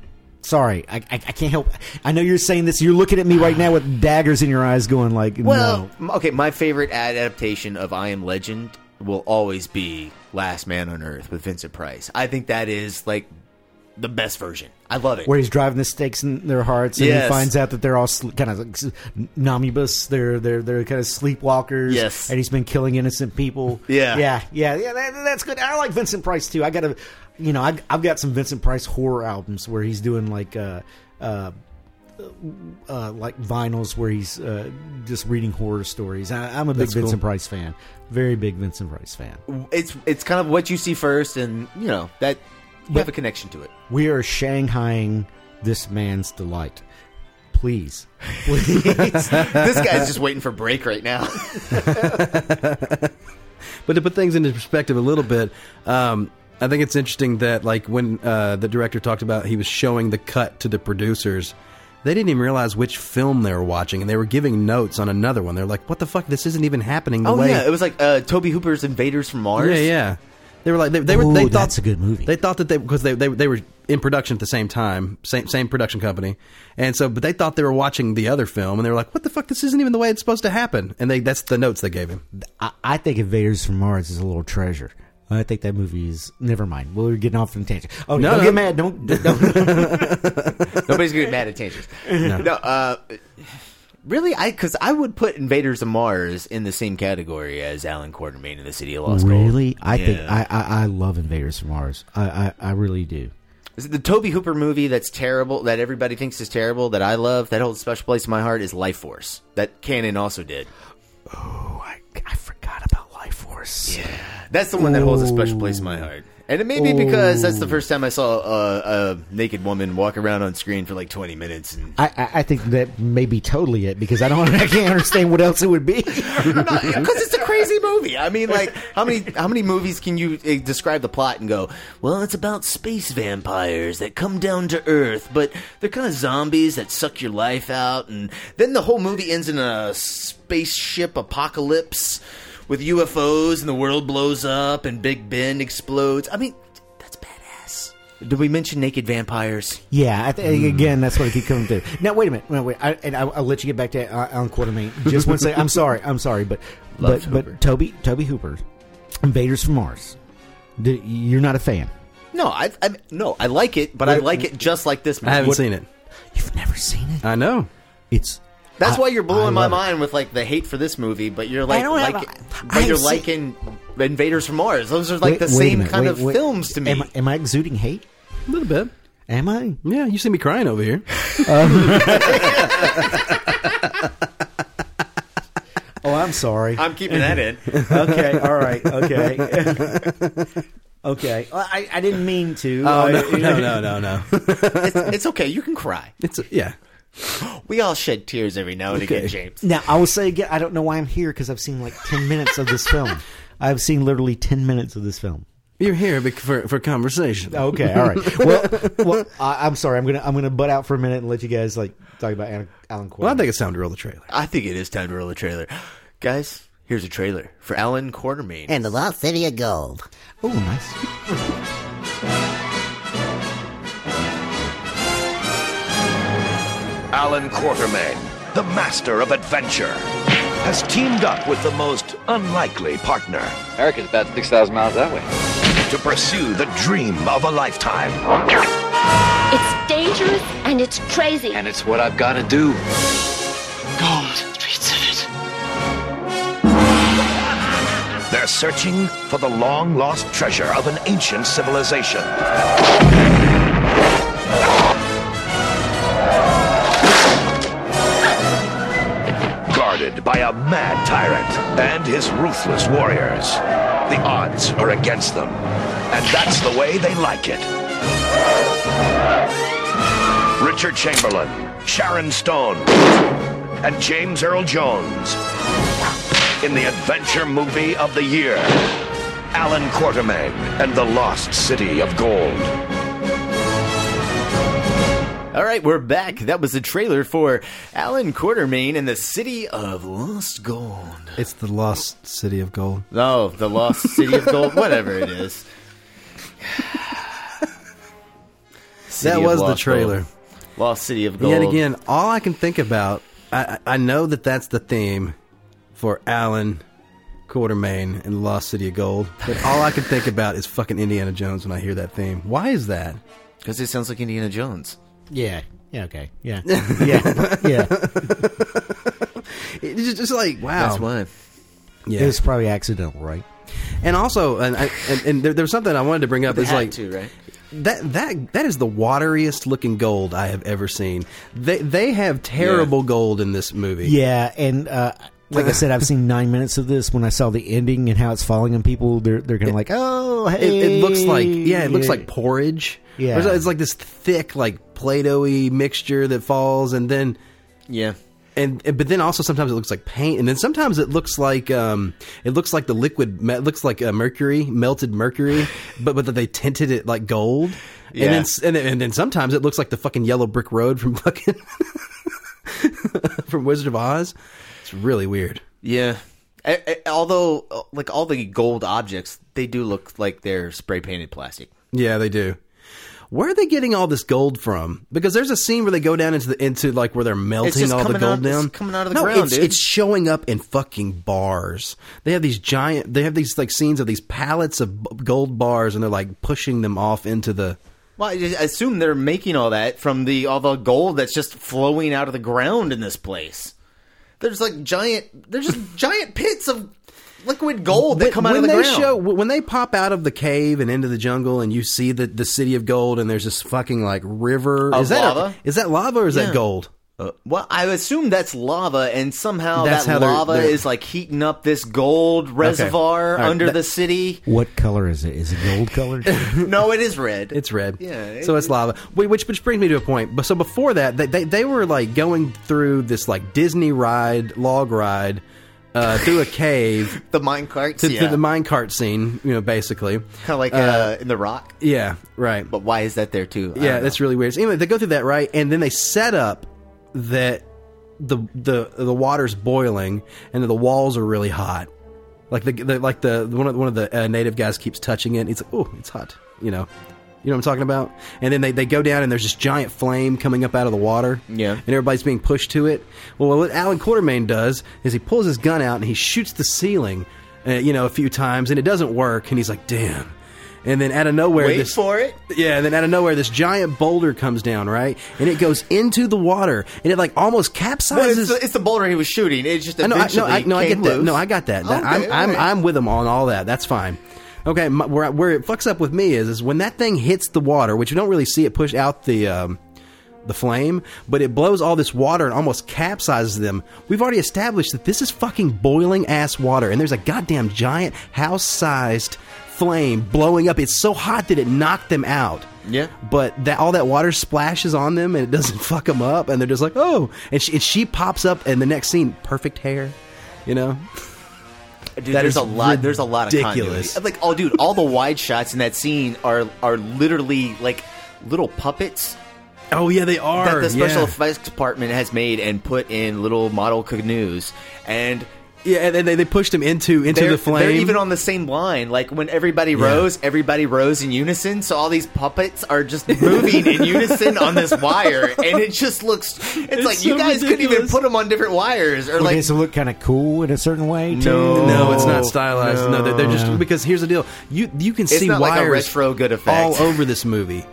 Sorry, I, I, I can't help. I know you're saying this. You're looking at me right now with daggers in your eyes, going like, Ah. Well, "No." m- okay, my favorite adaptation of I Am Legend will always be Last Man on Earth with Vincent Price. I think that is like the best version. I love it. Where he's driving the stakes in their hearts, and he Yes. finds out that they're all sl- kind of like s- nomibus. They're they're they're kind of sleepwalkers. Yes. and he's been killing innocent people. Yeah. yeah, yeah, yeah. That, that's good. I like Vincent Price too. I got to, you know, I, I've got some Vincent Price horror albums where he's doing like. uh uh uh, like vinyls where he's uh, just reading horror stories. I, I'm a big That's cool. Vincent Price fan, very big Vincent Price fan. It's it's kind of what you see first, and you know that you have a connection to it. We are Shanghaiing this man's delight. Please, please. this guy's just waiting for break right now. But to put things into perspective a little bit, um, I think it's interesting that like when uh, the director talked about he was showing the cut to the producers, they didn't even realize which film they were watching, and they were giving notes on another one. They're like, "What the fuck? This isn't even happening." The oh way yeah, it was like uh, Toby Hooper's Invaders from Mars. Yeah, yeah. They were like they, they were. Ooh, They thought that's a good movie. They thought that they because they, they they were in production at the same time, same same production company, and so but they thought they were watching the other film, and they were like, "What the fuck? This isn't even the way it's supposed to happen." And they that's the notes they gave him. I, I think Invaders from Mars is a little treasure. I think that movie is. Never mind. We're getting off on a tangent. Oh, No, don't no. get mad. Don't. don't Nobody's gonna get mad at tangents. No, uh, really, I because I would put Invaders of Mars in the same category as Alan Quartermain in the City of Lost Gold. really? I think Yeah. I, I I love Invaders from Mars. I I, I really do. Is it The Toby Hooper movie that's terrible, that everybody thinks is terrible, that I love, that holds a special place in my heart, is Life Force. That Cannon also did. Oh, I, I forgot about Life Force. Yeah. That's the one that holds a special place in my heart. And it may be because that's the first time I saw a, a naked woman walk around on screen for like 20 minutes. And I, I I think that may be totally it because I don't I can't understand what else it would be. because it's a crazy movie. I mean, like how many how many movies can you eh, describe the plot and go, well, it's about space vampires that come down to Earth, but they're kind of zombies that suck your life out, and then the whole movie ends in a spaceship apocalypse. with UFOs and the world blows up and Big Ben explodes. I mean, that's badass. Did we mention naked vampires? Yeah, I th- again, that's what I keep coming to. Now, wait a minute. No, wait, I, and I, I'll let you get back to uh, Alan Quartermain. Just one second. I'm sorry. I'm sorry, but Love but Hooper. but Toby Toby Hooper, Invaders from Mars. D- You're not a fan. No, I, I no, I like it, but I like it just like this. I haven't seen it. You've never seen it. I know. It's That's I- why you're blowing my I love it. mind with like the hate for this movie, but you're like, don't have like a- but I've you're seen- liking Invaders from Mars. Those are like Wait- the wait a same minute, kind wait- of wait. films to me. Am, I- am I exuding hate? A little bit. Am I? Yeah, you see me crying over here. Oh, I'm sorry. I'm keeping that in. okay. All right. Okay. okay. Well, I, I didn't mean to. Oh, I- no, no, no, no, no. It's, it's okay. You can cry. It's yeah. We all shed tears every now and again, Okay. James. Now, I will say again, I don't know why I'm here because I've seen like 10 minutes of this film. I've seen literally 10 minutes of this film. You're here bec- for for conversation. Okay, all right. Well, well I, I'm sorry. I'm gonna I'm gonna butt out for a minute and let you guys like talk about Alan, Alan Quartermain. Well, I think it's time to roll the trailer. I think it is time to roll a trailer, guys. Here's a trailer for Alan Quartermain. And the Lost City of Gold. oh, nice. Alan Quartermain, the master of adventure, has teamed up with the most unlikely partner America's about 6,000 miles that way. to pursue the dream of a lifetime. It's dangerous and it's crazy. And it's what I've got to do. They're searching for the long lost treasure of an ancient civilization. Guarded by a mad tyrant and his ruthless warriors. The odds are against them. And that's the way they like it. Richard Chamberlain, Sharon Stone, and James Earl Jones in the adventure movie of the year Alan Quartermain and the Lost City of Gold. All right, we're back. That was the trailer for Alan Quartermain and the City of Lost Gold. It's the lost city of gold. Oh, the Lost City of Gold, whatever it is. City that of was the Lost trailer. Gold. Lost City of Gold. Yet again, all I can think about, I, I I know that that's the theme for Alan Quartermain and the Lost City of Gold, but all I can think about is fucking Indiana Jones when I hear that theme. Why is that? Because it sounds like Indiana Jones. Yeah. Yeah. Okay. Yeah. Yeah. yeah. It's just, it's like, wow. That's why. It Yeah. was probably accidental, right? and also, and, I, and, and there, there was something I wanted to bring up. They It's had like, to, right? That that that is the wateriest looking gold I have ever seen. They they have terrible gold in this movie. Yeah, and uh, like I said, I've seen nine minutes of this. When I saw the ending and how it's following on people, they're they're kind of like, oh, It, hey, it looks like yeah, it looks like porridge. Yeah. It's like- it's like this thick like play-doh-y mixture that falls, and then Yeah. and, and- but then also sometimes it looks like paint, and then sometimes it looks like um it looks like the liquid me- it looks like uh, mercury melted mercury, but but that they tinted it like gold. Yeah. And then s- and, then- and then sometimes it looks like the fucking yellow brick road from fucking from Wizard of Oz. It's really weird. Yeah. I, I- although, uh, like all the gold objects, they do look like they're spray painted plastic. Yeah, they do. Where are they getting all this gold from? Because there's a scene where they go down into the into like where they're melting just all coming the gold out- down. it's coming out of the no, ground, it's, dude. it's showing up in fucking bars. They have these giant. They have these like scenes of these pallets of b- gold bars, and they're like pushing them off into the. Well, I just assume they're making all that from the all the gold that's just flowing out of the ground in this place. There's like giant, there's just giant pits of liquid gold that Oh, come out when of the they ground. show when they pop out of the cave and into the jungle, and you see the the city of gold, and there's this fucking like river. Of is that lava? is that lava or is Yeah. that gold? Uh, well, I assume that's lava, and somehow That's that how they're- lava they're- is like heating up this gold reservoir All right, under that- the city. What color is it? Is it gold colored? No, it is red. It's red. Yeah, it- so it's lava. Wh- Which which brings me to a point. But so before that, they they, they were like going through this like Disney ride, log ride, uh, through a cave the minecart. to, yeah. to the minecart scene. You know, basically. kind of like uh, in the rock. Yeah. Right. But why is that there too? I Yeah, don't know. that's really weird. So anyway, they go through that right, and then they set up that the the the water's boiling and that the walls are really hot, Like the, the like the one of one of the uh, native guys keeps touching it. And he's like, "Oh, it's hot," you know. You know what I'm talking about? And then they, they go down and there's this giant flame coming up out of the water. Yeah. And everybody's being pushed to it. Well, what Alan Quartermain does is he pulls his gun out and he shoots the ceiling, uh, you know, a few times and it doesn't work. And he's like, damn. And then out of nowhere, Wait this, for it. yeah, and then out of nowhere, this giant boulder comes down, right? And it goes into the water, and it like almost But capsizes. it's, the, it's the boulder he was shooting. It just I know, I, no, eventually I, no, I came get that. loose. No, I got that. That- Okay, I'm, I'm, all right. I'm with them on all that. That's fine. Okay, my, where, I- where it fucks up with me is is when that thing hits the water, which you don't really see it push out the um, the flame, but it blows all this water and almost capsizes them. We've already established that this is fucking boiling ass water, and there's a goddamn giant house sized flame blowing up. It's so hot that it knocked them out. Yeah. But that all that water splashes on them and it doesn't fuck them up, and they're just like, oh. And she, and she pops up, and the next scene, perfect hair. You know, Dude, That there's is a lot. There's a lot of ridiculous. ridiculous. Like, oh, dude, all the wide shots in that scene are are literally like little puppets Oh yeah, they are. that the special yeah. effects department has made and put in little model canoes. And yeah, and then they, they pushed him into into they're, the flame. they're even on the same line. Like when everybody rose, everybody rose in unison. So all these puppets are just moving in unison on this wire, and it just looks. It's, It's like you so guys couldn't even ridiculous. put them on different wires, or Like, like does it look kind of cool in a certain way? Too? No. no, it's not stylized. No, they're, they're No. just because here's the deal. You you can see not like a wires retro good effect. all over this movie.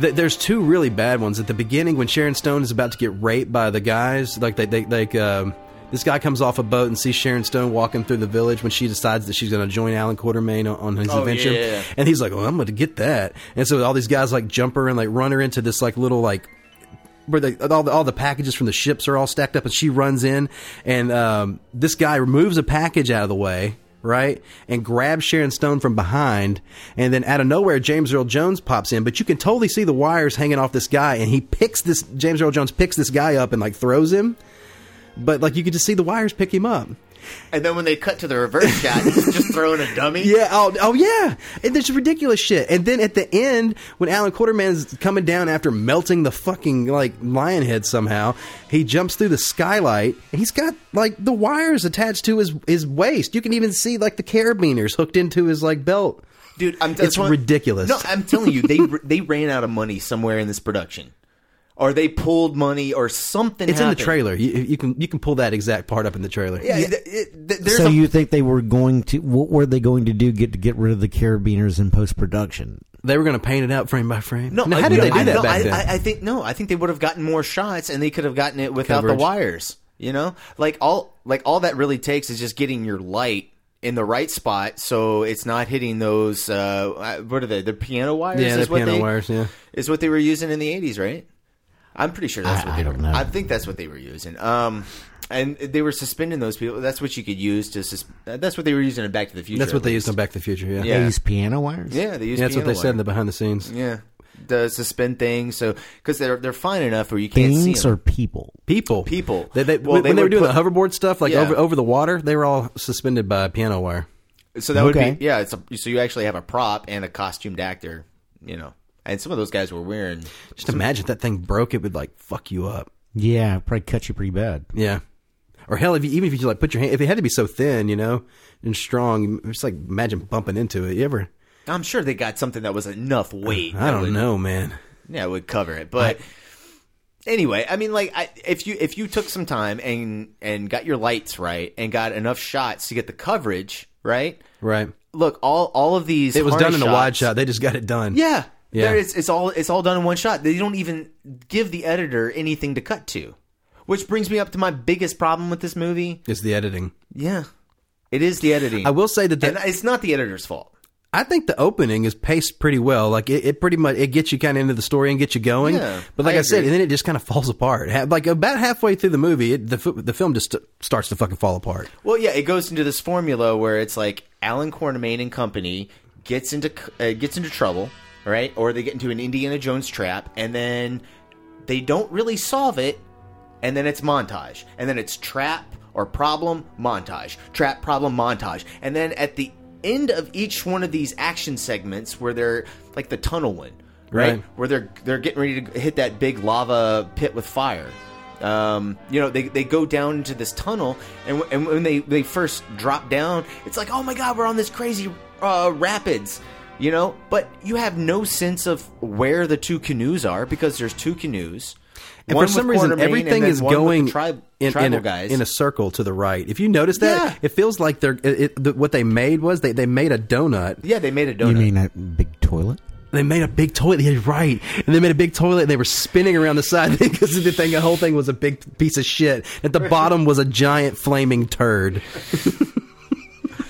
Th- There's two really bad ones at the beginning when Sharon Stone is about to get raped by the guys. Like they, they like um, this guy comes off a boat and sees Sharon Stone walking through the village when she decides that she's going to join Alan Quartermain on, on his Oh, adventure. yeah. And he's like, "Oh, I'm going to get that." And so all these guys like jump her and like run her into this like little like where they, all, the, all the packages from the ships are all stacked up, and she runs in, and um, this guy removes a package out of the way, right, and grabs Sharon Stone from behind, and then out of nowhere, James Earl Jones pops in, but you can totally see the wires hanging off this guy, and he picks this James Earl Jones picks this guy up and like throws him, but like you could just see the wires pick him up. And then when they cut to the reverse shot, he's just throwing a dummy. Yeah. Oh, oh yeah. And there's ridiculous shit. And then at the end, when Alan Quarterman's coming down after melting the fucking like lion head somehow, he jumps through the skylight and he's got like the wires attached to his his waist. You can even see like the carabiners hooked into his like belt. dude, I'm It's telling- ridiculous. No, I'm telling you, they they ran out of money somewhere in this production, or they pulled money, or something. It's in the happened. trailer. You, you can you can pull that exact part up in the trailer. Yeah, it- it- th- there's So a- you think they were going to? What were they going to do? Get to get rid of the carabiners in post production? They were going to paint it out frame by frame. no. Now, I- how did no, they do I, that no, back I, then? I, I think no. I think they would have gotten more shots, and they could have gotten it without Coverage. the wires. You know, like all like all that really takes is just getting your light in the right spot, so it's not hitting those. Uh, uh, what are they? The piano wires. yeah, is the what piano they- wires. Yeah. is what they were using in the eighties, right? I'm pretty sure that's I- what they I were. don't know. I think that's what they were using. Um, and they were suspending those people. That's what you could use to. Sus- that's what they were using in Back to the Future. That's at what they used least. on Back to the Future. Yeah. Yeah. They use piano wires. Yeah, they used. That's what they piano said in the wire. behind the scenes. Yeah, the suspend things. So because they're they're fine enough where you can't see Things them. or people? People, People. They, they, Well, when they they, were would doing put- the hoverboard stuff, like Yeah. over over the water, they were all suspended by piano wire. so that Okay. would be yeah. It's a, so you actually have a prop and a costumed actor. You know, and some of those guys were wearing. Just imagine if that thing broke; it would like fuck you up. Yeah, probably cut you pretty bad. Yeah. Or hell, if you, even if you just, like put your hand, if it had to be so thin, you know, and strong, just like imagine bumping into it. You ever? I'm sure they got something that was enough weight. I that don't would- know, man. Yeah, it would cover it. But anyway, I mean, like, I, if you if you took some time and and got your lights right and got enough shots to get the coverage right, Right? look, all all of these It was harness done in a wide shots- shot. They just got it done. Yeah, Yeah. There is, it's all it's all done in one shot. They don't even give the editor anything to cut to, which brings me up to my biggest problem with this movie. It's the editing. Yeah, it is the editing. I will say that the, and it's not the editor's fault. I think the opening is paced pretty well. Like it, it pretty much it gets you kind of into the story and gets you going. Yeah, but like I, I said, agree. and then it just kind of falls apart. Ha- Like about halfway through the movie, it, the fi- the film just st- starts to fucking fall apart. Well, yeah, it goes into this formula where it's like Alan Quartermain and company gets into uh, gets into trouble, right? Or they get into an Indiana Jones trap, and then they don't really solve it, and then it's montage, and then it's trap or problem montage, trap problem montage, and then at the end of each one of these action segments where they're like the tunnel one, right? Right. Where they're they're getting ready to hit that big lava pit with fire. Um, you know, they, they go down into this tunnel, and, w- and when they, they first drop down, it's like, oh my god, we're on this crazy uh, rapids, you know? But you have no sense of where the two canoes are because there's two canoes. And One for some with reason, Quartermain and everything then is one with the going trib- in, tribal in, a, guys. in a circle to the right. If you notice that, Yeah. it feels like they're it, it, the, what they made was they, they made a donut. yeah, they made a donut. You mean that big toilet? They made a big toilet. Yeah, right. And they made a big toilet. And they were spinning around the side because the thing, the whole thing was a big piece of shit. At the bottom was a giant flaming turd.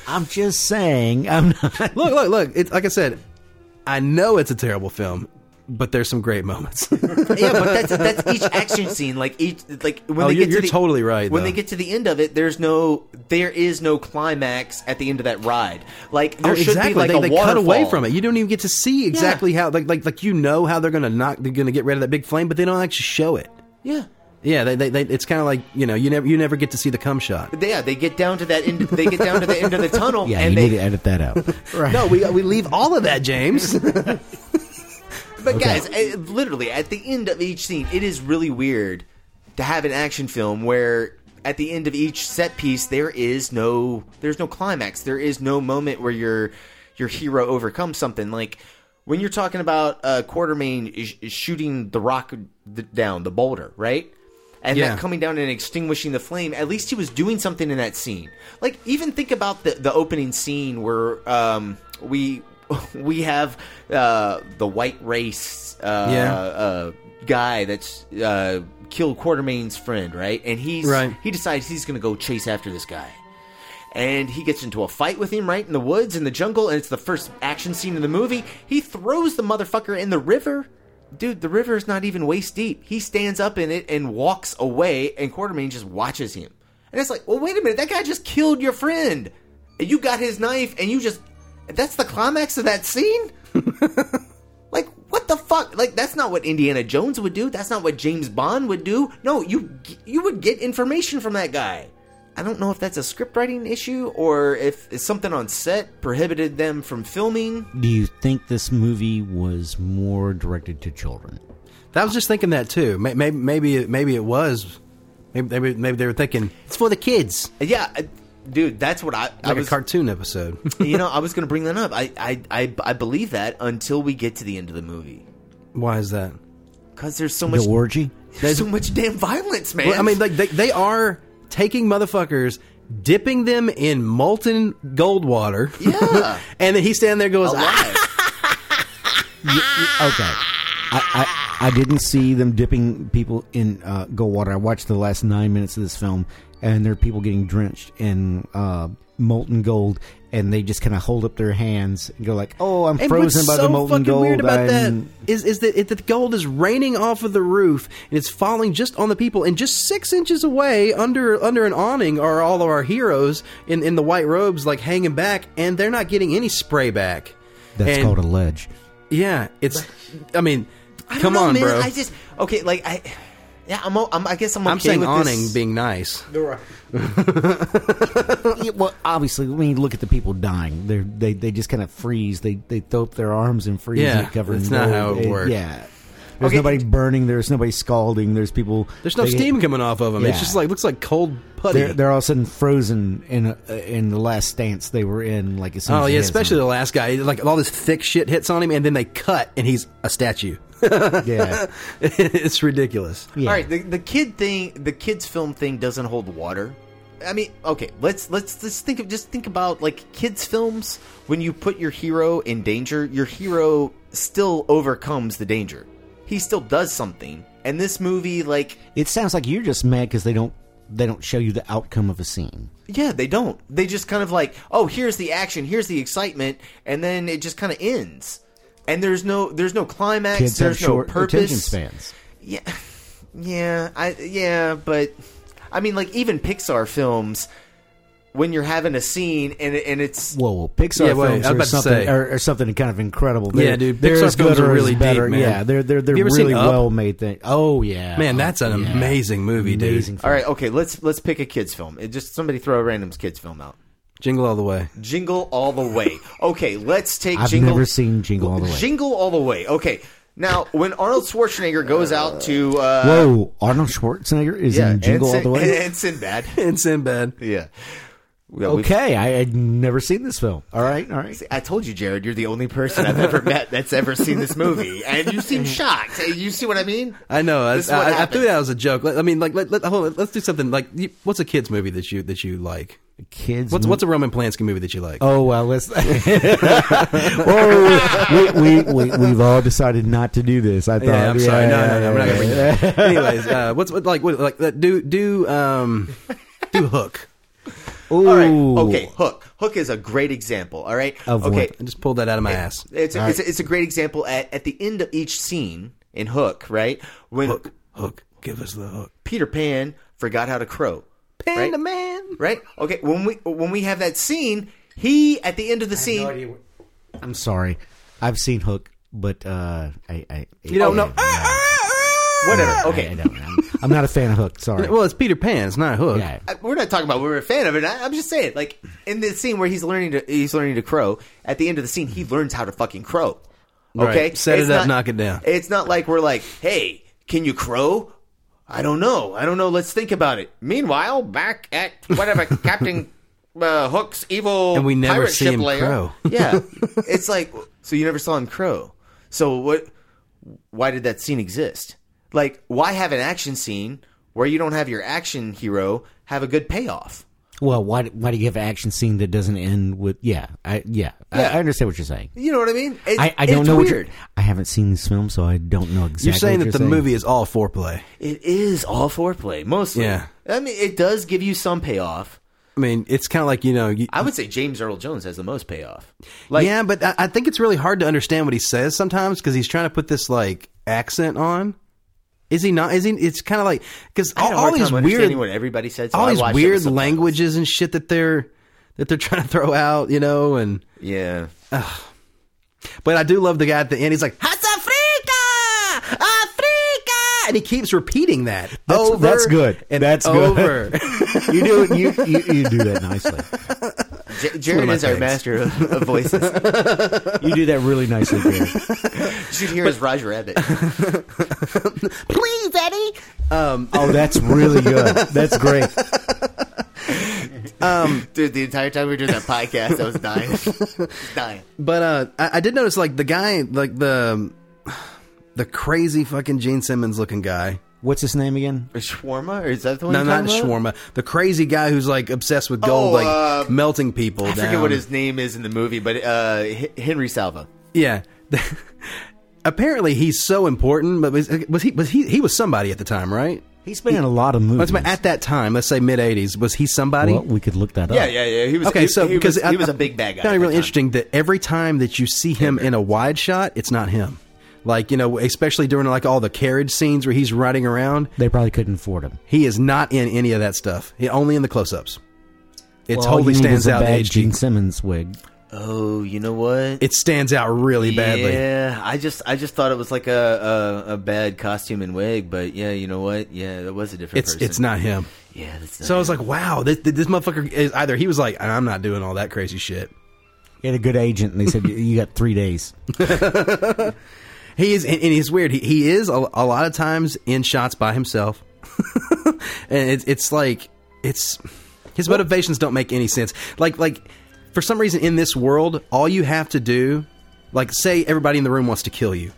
I'm just saying. I'm not. Look, look, look. It's like I said. I know it's a terrible film, but there's some great moments. yeah, but that's that's each action scene. Like each like when Oh, they you're- get to you're the- totally right, When though. they get to the end of it, there's no there is no climax at the end of that ride. Like there Oh, should exactly. be like they, a they waterfall. cut away from it. You don't even get to see exactly how like like like you know how they're gonna knock they're gonna get rid of that big flame, but they don't actually show it. Yeah. Yeah, they, they, they it's kind of like you know you never you never get to see the cum shot. Yeah, they get down to that end. They get down to the end of the tunnel, Yeah, and you they. need to edit that out. right. No, we we leave all of that, James. But guys, eh, literally at the end of each scene, it is really weird to have an action film where at the end of each set piece there is no there's no climax. There is no moment where your your hero overcomes something like when you're talking about uh, Quartermain is, is shooting the rock d- down the boulder, right? And Yeah. that coming down and extinguishing the flame. At least he was doing something in that scene. Like even think about the the opening scene where um, we we have uh, the white race uh, Yeah. uh, guy that's uh, killed Quartermain's friend, right? And he's Right. he decides he's going to go chase after this guy. And he gets into a fight with him right in the woods, in the jungle, and it's the first action scene in the movie. He throws the motherfucker in the river. Dude, the river is not even waist deep. He stands up in it and walks away, and Quartermain just watches him. And it's like, well, wait a minute, that guy just killed your friend. And you got his knife, and you just. That's the climax of that scene? Like what the fuck? Like that's not what Indiana Jones would do. That's not what James Bond would do. No, you you would get information from that guy. I don't know if that's a script writing issue or if it's something on set prohibited them from filming. Do you think this movie was more directed to children? I was just thinking that too. May- Maybe maybe it, maybe it was. Maybe, maybe maybe they were thinking it's for the kids, Yeah, I- dude, that's what I, I like was. a cartoon episode. you know, I was going to bring that up. I, I I I believe that until we get to the end of the movie Why is that? because there's so much The orgy? there's so much damn violence, man. Well, I mean, like they, they are taking motherfuckers, dipping them in molten gold water. Yeah. and then he's standing there goes, ah, alive. Okay. I, I, I didn't see them dipping people in uh, gold water. I watched the last nine minutes of this film, and there are people getting drenched in uh, molten gold, and they just kind of hold up their hands and go like, "Oh, I'm And frozen what's by so the molten fucking gold." weird about I'm- that is is that it, that the gold is raining off of the roof and it's falling just on the people and just six inches away under under an awning are all of our heroes in in the white robes like hanging back and they're not getting any spray back. That's And- called a ledge. yeah. It's I mean, I don't come know, on, man. bro. I just okay, like I. Yeah, I'm. o- I'm I guess I'm. Okay I'm saying with awning this. being nice. Yeah, well, obviously, when you look at the people dying, they they they just kind of freeze. They they throw up their arms and freeze. Yeah, and cover in that's not gold. how it works. Yeah, there's Okay. nobody burning. There's nobody scalding. There's people. There's no they- steam coming off of them. It's Yeah. just like looks like cold putty. They're, they're all of a sudden frozen in a, in the last stance they were in. Like as soon Oh as yeah, they hit especially the last guy. Like all this thick shit hits on him, and then they cut, and he's a statue. something. yeah. it's ridiculous. Yeah. All right, the, the kid thing, the kids film thing doesn't hold water. I mean, okay, let's let's just think of just think about like kids films when you put your hero in danger, your hero still overcomes the danger. He still does something. And this movie like It sounds like you're just mad because they don't they don't show you the outcome of a scene. yeah, they don't. They just kind of like, "Oh, here's the action, here's the excitement," and then it just kind of ends. And there's no there's no climax, Kids have there's no short purpose. attention spans. Yeah, yeah, I yeah, but I mean, like even Pixar films, when you're having a scene and it- and it's Whoa, whoa, Pixar Yeah, wait, films I was are about to say. something are, are something kind of incredible. They're, Yeah, dude, they're Pixar as good films are or as really deep, better. man. Yeah, they're they're they're You ever seen really Up? well made thing. Oh yeah, Man, that's an yeah. amazing movie, dude. Amazing all film. right. Okay, let's let's pick a kids film. It just somebody throw a random kids film out. Jingle all the way. Jingle all the way. Okay, let's take I've jingle. never seen Jingle All the Way. Jingle all the way. Okay, Now, when Arnold Schwarzenegger goes out to uh, Whoa, Arnold Schwarzenegger is yeah, in Jingle and All the Sin- Way. and Sinbad, in Sinbad. yeah. Well, we've- Okay, I had never seen this film. All right, all right. I told you, Jared, you're the only person I've ever met that's ever seen this movie, and you seem shocked. Hey, You see what I mean? I know. I, This is what I, I happened. threw that as a joke. Let- I mean, like, let, let, hold on, let's do something. Like, you, what's a kids movie that you that you like? Kids. What's mo- what's a Roman Polanski movie that you like? Oh well, let's. Whoa, we, we, we, we've all decided not to do this. I thought. yeah, I'm sorry. No, no, no, we're not gonna bring yeah, that. up. Anyways, uh, what's what like what like let- do do um do Hook? Ooh. All right. Okay. Hook. Hook is a great example. All right. Of okay. what? I just pulled that out of my ass. It's a, All it's, a, it's a great example at, at the end of each scene in Hook, right? When Hook, Hook, give us the hook. Peter Pan forgot how to crow. Panda right? Man. Right? Okay. When we when we have that scene, he at the end of the scene. I'm sorry. I've seen Hook, but uh, I, I You don't know. I- I- Whatever. I, Okay. don't. I'm, I'm not a fan of Hook. Sorry. Well, it's Peter Pan. It's not Hook. yeah. I- Uh, we're not talking about we're a fan of it. I, I'm just saying, like in the scene where he's learning to he's learning to crow. At the end of the scene, he learns how to fucking crow. Okay, Right. Set it up, knock it down. It's not like we're like, hey, can you crow? I don't know. I don't know. Let's think about it. Meanwhile, back at whatever Captain uh, Hook's evil And we never pirate see ship him lair. crow. Yeah, it's like so you never saw him crow. So what? why did that scene exist? Like, why have an action scene where you don't have your action hero have a good payoff? Well, why why do you have an action scene that doesn't end with yeah? I yeah. I, Yeah. I understand what you're saying. You know what I mean? It- I, I it's don't know what Weird. you're, I haven't seen this film, so I don't know exactly. You're saying what that the saying. movie is all foreplay. It is all foreplay, mostly. Yeah. I mean, it does give you some payoff. I mean, it's kind of like you know. You, I would say James Earl Jones has the most payoff. Like, yeah, but I, I think it's really hard to understand what he says sometimes because he's trying to put this like accent on. Is he not? Is he? It's kind of like because I had all, a all hard these time weird, understanding what everybody said. So all I these watched it with weird subtitles. languages and shit that they're that they're trying to throw out, you know. And Yeah. but I do love the guy at the end. He's like, "Hats Africa, Africa," and he keeps repeating that That's- over. that's good. And That's good. over. you do you, you you do that nicely. J- Jared my is our things. master of, of voices. You do that really nicely. Gary. you should hear his Roger Rabbit. Please, Eddie. Oh, that's really good. That's great. Dude, the entire time we were doing that podcast, I was dying. dying. But uh, I, I did notice like the guy, like the the crazy fucking Gene Simmons looking guy. What's his name again? A shawarma? Or is that the one No, you're not talking about? shawarma. The crazy guy who's like obsessed with gold, Oh, like uh, melting people. I forget down. what his name is in the movie, but uh, H- Henry Salva. Yeah. Apparently he's so important, but was, was he? Was he? He was somebody at the time, right? He's been in a lot of movies. Let's at that time, let's say mid '80s, was he somebody? well, we could look that up. Yeah, yeah, yeah. He was okay, he- so he because was, I, he was I a big bad guy. found at the it really time. interesting that every time that you see him in a wide shot, it's not him. Like you know, especially during like all the carriage scenes where he's riding around, They probably couldn't afford him. he is not in any of that stuff. He, only in the close-ups. It Well, all totally you need stands is a out. in Bad HD. Gene Simmons wig. Oh, you know what? It stands out really badly. Yeah, I just I just thought it was like a, a a bad costume and wig, but yeah, you know what? Yeah, that was a different. It's person. it's not him. Yeah, that's not So I it. was like, wow, this, this motherfucker is either he was like, I'm not doing all that crazy shit. He had a good agent, and they said you got three days. He is, and, and he's weird. He, he is a, a lot of times in shots by himself, and it's it's like it's his motivations don't make any sense. Like like for some reason in this world, all you have to do, like say everybody in the room wants to kill you,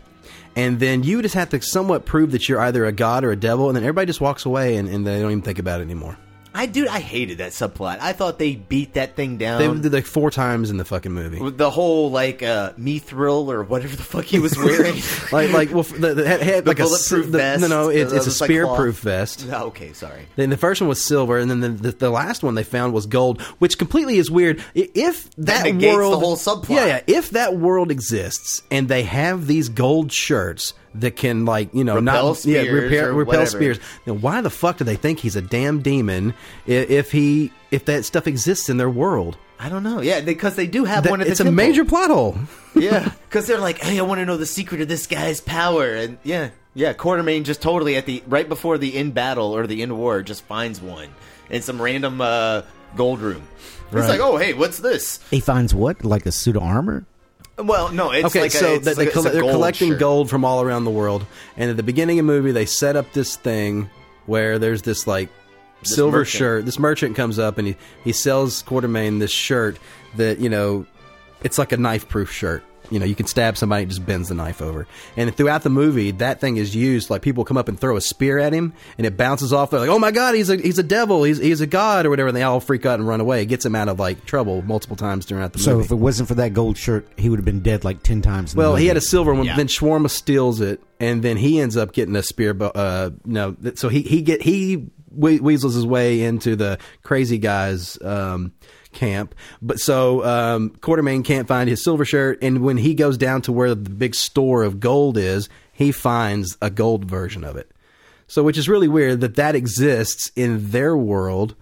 and then you just have to somewhat prove that you're either a god or a devil, and then everybody just walks away and, and they don't even think about it anymore. I dude, I hated that subplot. I thought they beat that thing down. They did like four times in the fucking movie. with the whole like uh, mithril or whatever the fuck he was wearing. like like well, the, the, had- had The like a bulletproof s- the- vest. No, no, it's, Uh, it's a it's like cloth. spear-proof vest. okay, sorry. Then the first one was silver, and then the, the, the last one they found was gold, which completely is weird. I- If that, negates the world, whole subplot. yeah, yeah, if that world exists and they have these gold shirts that can like you know Repel not yeah, spears repair, or repel whatever. spears, then why the fuck do they think he's a damn demon i- if he if that stuff exists in their world? I don't know. Yeah, because they do have That- one at the it's a temple. major plot hole. Yeah, because they're like, hey, I want to know the secret of this guy's power, and yeah, yeah. Quartermain just totally at the right before the end battle or the end war just finds one in some random uh, gold room. It's like, oh hey, what's this? He finds what, like a suit of armor? Well, no, it's okay, like a- so it's that like they a- it's a they're gold collecting shirt. gold from all around the world, and at the beginning of the movie, they set up this thing where there's this like silver merchant. shirt. This merchant comes up and he he sells Quartermain this shirt that you know it's like a knife proof shirt. You know, you can stab somebody, it just bends the knife over. And throughout the movie, that thing is used. Like people come up and throw a spear at him, and it bounces off. They're like, "Oh my god, he's a he's a devil, he's he's a god or whatever." And they all freak out and run away. It gets him out of like trouble multiple times throughout the So movie. if it wasn't for that gold shirt, he would have been dead like ten times. in the Well, he movie. had a silver one. Yeah. Then Shawarma steals it, and then he ends up getting a spear. bu- Uh, no, th- so he he get he we- weasels his way into the crazy guys um, camp. But so um, Quartermain can't find his silver shirt, and when he goes down to where the big store of gold is, he finds a gold version of it. So, which is really weird that that exists in their world,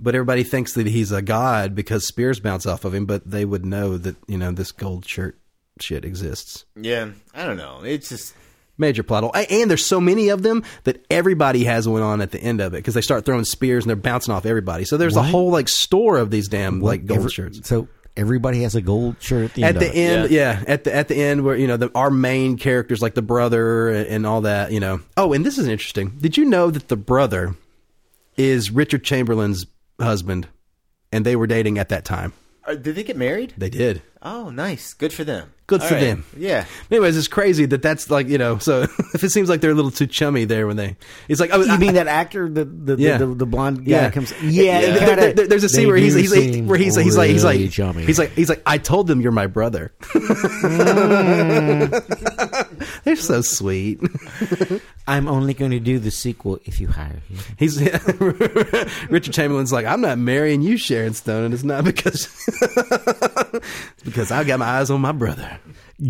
but everybody thinks that he's a god because spears bounce off of him. But they would know that you know this gold shirt shit exists. Yeah, I don't know. It's just Major plot hole. A- And there's so many of them that everybody has one on at the end of it because they start throwing spears and they're bouncing off everybody. So there's a What? whole like store of these damn like gold Every- shirts. So everybody has a gold shirt at the At end. the of it. end, yeah. at the at the end where you know the, our main characters like the brother and, and all that, you know. Oh, and this is interesting. Did you know that the brother is Richard Chamberlain's husband, and they were dating at that time? uh, did they get married? They did. Oh, nice. Good for them. Good All for right. them. Yeah. Anyways, it's crazy that that's like you know. So if it seems like they're a little too chummy there when they, it's like oh, You I- mean that actor, the the, Yeah. the, the, the blonde guy Yeah. comes? Yeah, There- they're- there- there- there's a scene they where he's, do he's like, seem where he's like, he's like, he's like, really he's like, chummy. Mm. he's like, I told them you're my brother. They're so sweet. I'm only going to do the sequel if you hire him. He's Richard Chamberlain's like, I'm not marrying you, Sharon Stone, and it's not because it's because I got my eyes on my brother.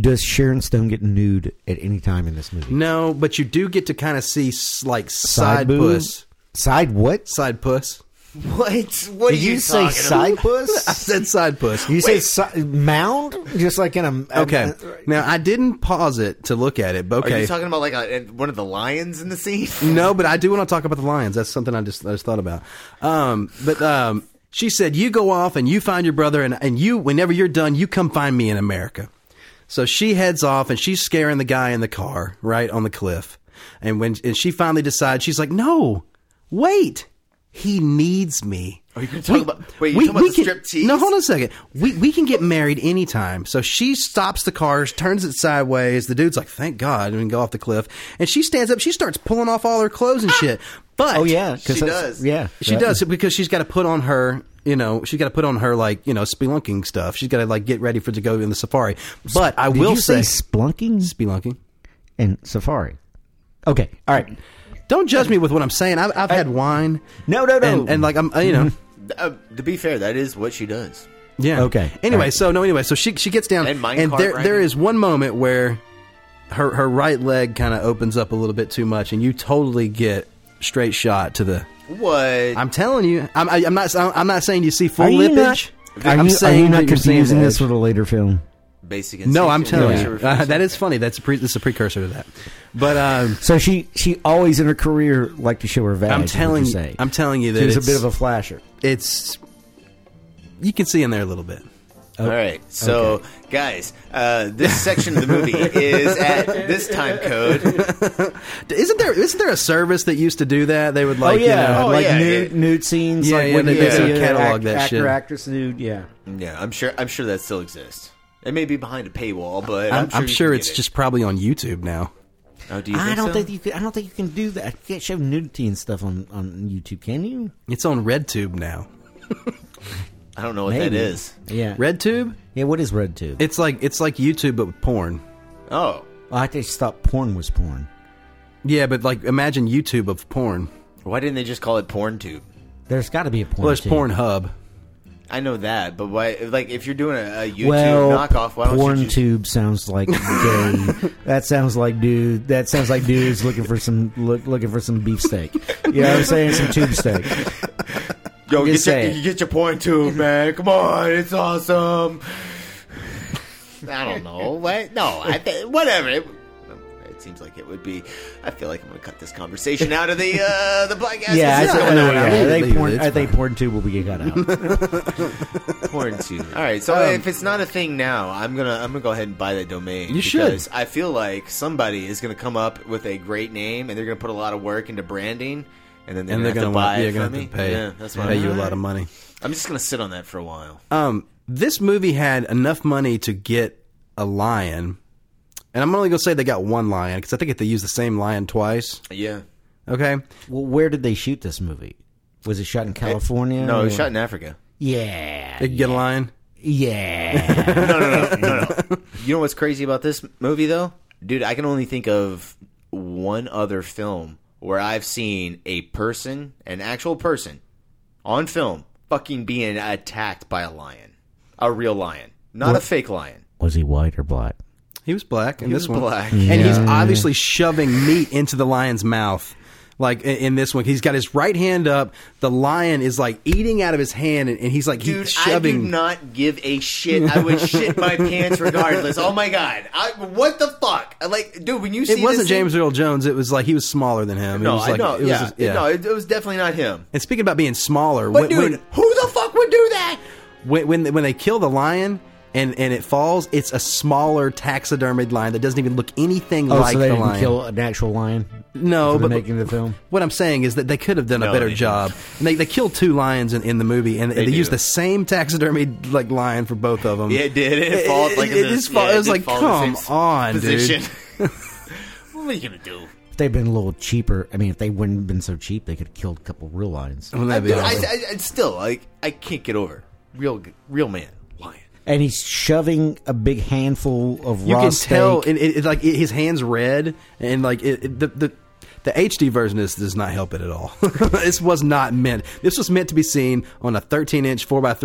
Does Sharon Stone get nude at any time in this movie? No, but you do get to kind of see s- like side, boob? puss, Side what? side puss. What? What Did are you, you say talking side about? I puss? said side puss. You say si- mound? Just like in a okay. Now I didn't pause it to look at it, but Are okay. you talking about like a, one of the lions in the scene? No, but I do want to talk about the Lions. That's something I just I just thought about. Um, but um, she said, "You go off and you find your brother, and and you whenever you're done, you come find me in America." So she heads off and she's scaring the guy in the car right on the cliff, and when and she finally decides, she's like, "No, wait, he needs me." Are you talking about? Wait, you talking about the can- strip tease? No, hold on a second. We we can get married anytime. So she stops the car, turns it sideways. The dude's like, "Thank God," and we go off the cliff. And she stands up. She starts pulling off all her clothes and shit. But Oh yeah, 'cause She that's- does. Yeah, she That- does it because she's got to put on her. You know, she's got to put on her like you know spelunking stuff. She's got to like get ready for to go in the safari. But I Did will you say, say, splunking spelunking. and safari. Okay, all right. Don't judge me with what I'm saying. I've, I've had wine. No, no, no. And, and like I'm, uh, you know, Uh, to be fair, that is what she does. yeah. Okay. Anyway, Alright. so no. Anyway, so she she gets down, And minecart there there riding. is one moment where her her right leg kind of opens up a little bit too much, and you totally get straight shot to the. What? I'm telling you, I'm, I, I'm not I'm not saying you see full Are you lippage. Are I'm you, saying are you not that you're seeing confusing the this edge. with a later film? Basic. No, I'm instinct. telling Yeah. you, uh, that is funny. That's a pre- that's a precursor to that. But um, So she she always in her career liked to show her value. I'm telling you, you, I'm telling you that she was a it's bit of a flasher. it's you can see in there a little bit. All right, so okay. guys, uh, this section of the movie is at this time code. Isn't there isn't there a service that used to do that? They would like you know, Oh, like like yeah, nude yeah. nude scenes. Yeah, like yeah, when they- you they see would a catalog that actor, shit. actress nude. Yeah, Yeah, I'm sure. I'm sure that still exists. It may be behind a paywall, but I'm, I'm, I'm sure, sure, you can get it's it. just probably on YouTube now. Oh, do you I don't so? think you can. I don't think you can do that. You can't show nudity and stuff on on YouTube, can you? It's on RedTube now. I don't know what that Maybe. is. Yeah, RedTube? Yeah, what is RedTube? It's like it's like YouTube but with porn. Oh, Oh, I just thought porn was porn. Yeah, but like imagine YouTube of porn. why didn't they just call it PornTube? There's got to be a porn. Well, there's too. Pornhub. I know that, but why? Like, if you're doing a, a YouTube Well, knockoff, why don't porn you just? tube sounds like gay. that sounds like dude. That sounds like dudes looking for some look, looking for some beefsteak. You know what I'm saying? Some tube steak. Yo, just get your, saying. you get your porn tube, man. Come on, it's awesome. I don't know. What? No, I th- whatever. It- it's seems like it would be. I feel like I'm going to cut this conversation out of the uh, the podcast. Yeah, I It's think, going no, on. yeah, leave it, I leave think it, porn. it's I think fine. porn tube will be cut out. porn too. All right, so Um, if it's not a thing now, I'm gonna I'm gonna go ahead and buy that domain. You should. because I feel like somebody is gonna come up with a great name, and they're gonna put a lot of work into branding, and then they're and gonna they're have going to buy yeah, it gonna from have me. to pay, yeah, that's what pay I'm, you a lot of money. I'm just gonna sit on that for a while. Um, this movie had enough money to get a lion, and I'm only going to say they got one lion because I think if they used the same lion twice, yeah. okay, well, where did they shoot this movie? Was it shot in California? No, it was or- shot in Africa. Yeah, they could get a lion. yeah. You know what's crazy about this movie, though, dude? I can only think of one other film where I've seen a person, an actual person, on film, fucking being attacked by a lion, a real lion, not a fake lion. was he white or black? He was black in He this was one, Mm-hmm. black. and he's obviously shoving meat into the lion's mouth. Like in, in this one, he's got his right hand up. The lion is like eating out of his hand, and, and he's like Dude, he's I do shoving. not give a shit. I would shit my pants regardless. Oh my god, I, what the fuck? Like, dude, when you see it wasn't this thing- James Earl Jones. It was like he was smaller than him. it No, was like, I know. It was yeah, just- yeah. no, it, it was definitely not him. and speaking about being smaller, But when- when- dude, who the fuck would do that? when when when they kill the lion and and it falls, it's a smaller taxidermied lion that doesn't even look anything Oh, like so they the didn't lion. kill an actual lion? no, for the but making the film. What I'm saying is that they could have done a No, better they job. And they they killed two lions in, in the movie, and they, do. used the same taxidermied like lion for both of them. Yeah, it did. It, falls like it, in this, just fall- yeah, it was did like, fall in the come same on, position. dude. what are you gonna do? If they'd been a little cheaper, I mean, if they wouldn't have been so cheap, they could have killed a couple real lions. Wouldn't that be Dude, I, awesome? I, I still like I can't get over real real man lion. And he's shoving a big handful of you raw can steak. tell, and it, it, like it, his hands red, and like it, it- the the. The HD version of this does not help it at all. this was not meant. This was meant to be seen on a 13 inch 4x3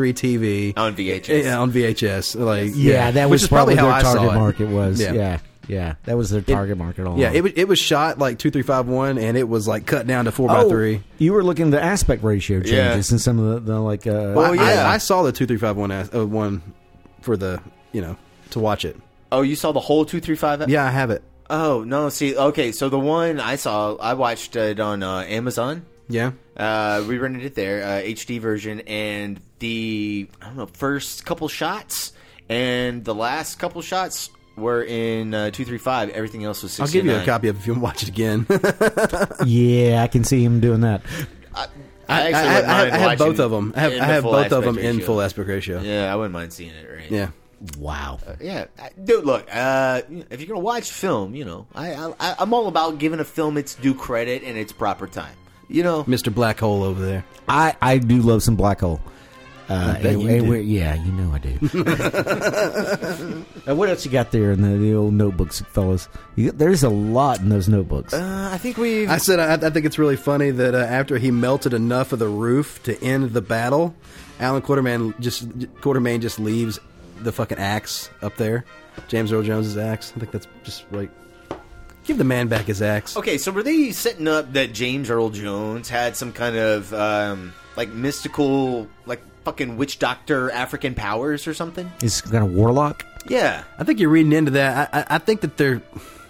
TV On VHS. Yeah, on VHS. Like yeah, that was Which is probably, how I their saw target it. market was. Yeah. Yeah. yeah, that was their target market all. Yeah, along. it was it was shot like 2351 and it was like cut down to 4x3. Oh, you were looking at the aspect ratio changes Yeah. and some of the, the like. Uh, Well, I- yeah. I, I saw the 2351 as, uh, one for the, you know, to watch it. Oh, you saw the whole two three five? Yeah, I have it. Oh no, see, okay, so the one I saw, I watched it on uh, Amazon. Yeah. Uh, we rented it there, uh, HD version, and the I don't know first couple shots and the last couple shots were in uh, two three five. Everything else was. I'll give you a 69. copy of it if you want to watch it again. yeah, I can see him doing that. I, actually I, wouldn't I, mind I have both watching of them. I have, in I the have full both of them aspect in ratio. full aspect ratio. Yeah. Yeah, I wouldn't mind seeing it. Right. Wow. Yeah, I- dude. Look, uh, if you're gonna watch film, you know, I, I I'm all about giving a film its due credit and its proper time. You know, Mr. Black Hole over there. I I do love some black hole. Uh, bet and- you and do. we're- yeah, you know I do. Uh, what else you got there in the, the old notebooks, fellas? You, there's a lot in those notebooks. uh, I think we've. I said I, I think it's really funny that uh, after he melted enough of the roof to end the battle, Alan Quarterman just Quartermain just leaves the fucking axe up there. James Earl Jones's axe. I think that's just right. Give the man back his axe. okay, so were they setting up that James Earl Jones had some kind of um, like mystical, like fucking witch doctor African powers or something? It's kind of warlock, Yeah, I think you're reading into that. I, I, I think that they're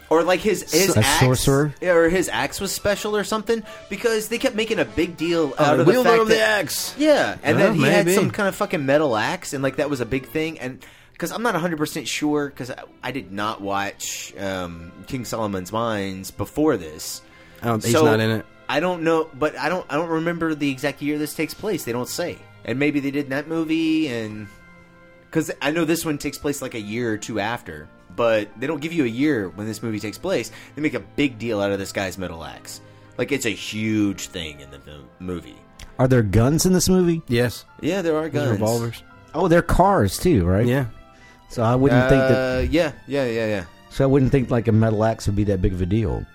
or like his his A axe, sorcerer? or his axe was special or something because they kept making a big deal out the of the wielder fact of the that- axe. Yeah, and Yeah, then he had maybe. some kind of fucking metal axe, and like that was a big thing. And because I'm not 100 percent sure, because I, I did not watch um, King Solomon's Mines before this. I don't- he's So, not in it. I don't know, but I don't I don't remember the exact year this takes place. They don't say, and maybe they did in that movie, and because I know this one takes place like a year or two after, but they don't give you a year when this movie takes place. They make a big deal out of this guy's metal axe, like it's a huge thing in the mo- movie. are there guns in this movie? yes Yeah, there are Those guns, revolvers. Oh, they're cars too, right? Yeah, So I wouldn't think that. Uh, yeah, yeah, yeah, yeah. So I wouldn't think like a metal axe would be that big of a deal.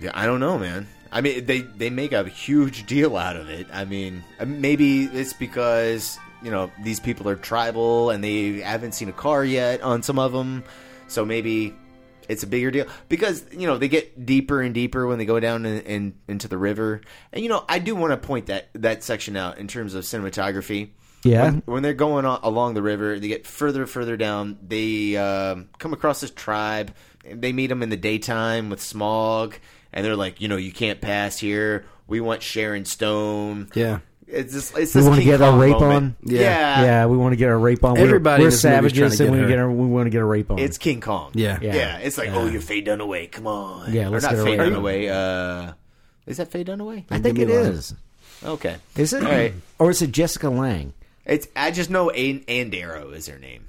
Yeah, I don't know, man. I mean, they they make a huge deal out of it. I mean, uh, maybe it's because you know these people are tribal and they haven't seen a car yet on some of them, so maybe it's a bigger deal because you know they get deeper and deeper when they go down in, in, into the river. And you know, I do want to point that that section out in terms of cinematography. Yeah. When, when they're going on, along the river, they get further, further down. They um, come across this tribe. and They meet them in the daytime with smog, and they're like, you know, you can't pass here. We want Sharon Stone. Yeah. It's just, it's We this wanna King get our Kong rape moment. on? Yeah. yeah. we want to get our rape on. We're- Everybody we're, in this movie's trying to savages, and we get want to get her. our we want to get a rape on. It's King Kong. Yeah. Yeah. Yeah. It's like, oh, you're Faye Dunaway. Come on. Yeah, let's or not get her Faye rape. Dunaway. Uh, is that Faye Dunaway? I think Give it me one. is. Okay. Is it? All right. Or is it Jessica Lang? It's I just know Aiden and Arrow is their name,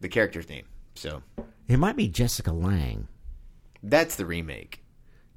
the character's name. So It might be Jessica Lang. that's the remake.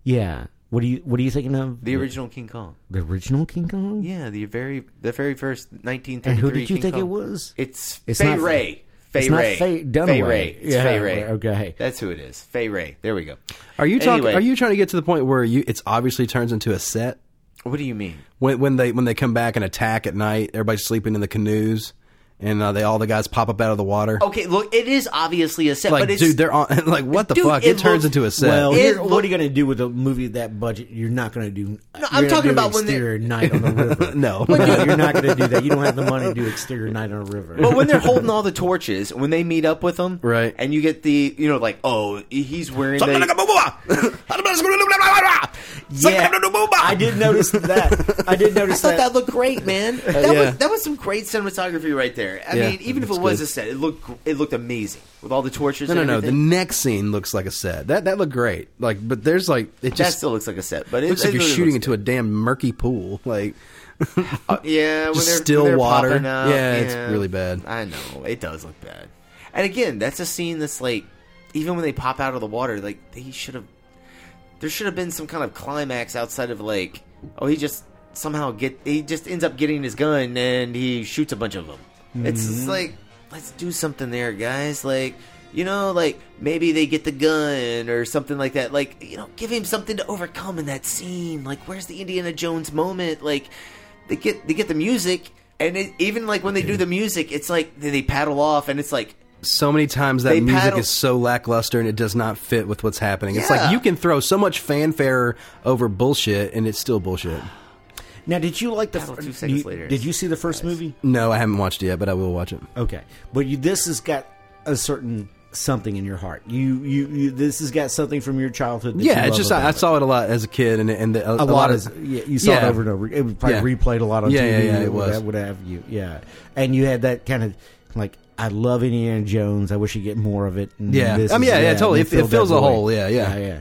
Yeah. What do you What are you thinking of? The original King Kong. The original King Kong. Yeah, the very the very first 1933. And who did you King think Kong. it was? It's, It's Faye not- Ray. Faye it's not Ray. Faye Dunaway. Faye Ray. It's Yeah, Faye Ray. okay. That's who it is. Faye Ray. There we go. Are you talking? Anyway. Are you trying to get to the point where you? It's obviously turns into a set What do you mean? when when they when they come back and attack at night. Everybody's sleeping in the canoes, and uh, they all the guys pop up out of the water. Okay, look, it is obviously a set, like but it's dude, they're on. Like what the Dude, fuck? it It, turns looks- into a set. Well, It here- look- what are you going to do with a movie of that budget? You're not going to do. No, I'm talking about when they- exterior night on the river. no, No, you're not going to do that. You don't have the money to do exterior night on a river. But when they're holding all the torches, when they meet up with them, Right. And you get the, you know, like, oh, he's wearing. The, yeah, I did notice that. I did notice I thought that that. looked great, man. That, yeah. was, that was some great cinematography right there. I Yeah, mean, even if it that's was good. a set, it looked gr- it looked amazing with all the torches. no, no, and no. The everything. next scene looks like a set. That that looked great. Like, but there's like it that just still looks like a set, but it looks Uh, it like you're really shooting looks into a damn murky pool. Like, good. yeah, when just they're, still when they're water. popping Up, Yeah, it's really bad. I know it does look bad. And again, that's a scene that's like, even when they pop out of the water, like they should have. There should have been some kind of climax outside of like, oh, he just somehow get he just ends up getting his gun and he shoots a bunch of them. It's just like, let's do something there, guys. Like. You know, like maybe they get the gun or something like that. Like, you know, give him something to overcome in that scene. Like, where's the Indiana Jones moment? Like, they get they get the music, and it, even like when they do the music, it's like they, they paddle off, and it's like so many times that They music paddle- is so lackluster and it does not fit with what's happening. It's Yeah. like you can throw so much fanfare over bullshit and it's still bullshit. Now, did you like the? Battle fir- Two Seconds you- Later. Did you see the first movie? No, I haven't watched it yet, but I will watch it. Okay, but you, this has got a certain something in your heart. You, you, you this has got something from your childhood. That you Yeah, love it's uh, just I, I about saw it a lot as a kid, and and the, a, it. a, lot lot, of yeah, you saw it yeah. over and over. It was probably Yeah. replayed a lot on Yeah, TV. yeah, yeah, or it was. What have you? Yeah, and you had that kind of like I love Indiana Jones. I wish you get more of it. and Yeah. this I mean, is- yeah, yeah, and totally. they It- it filled that fills a void. hole. Yeah, yeah. yeah,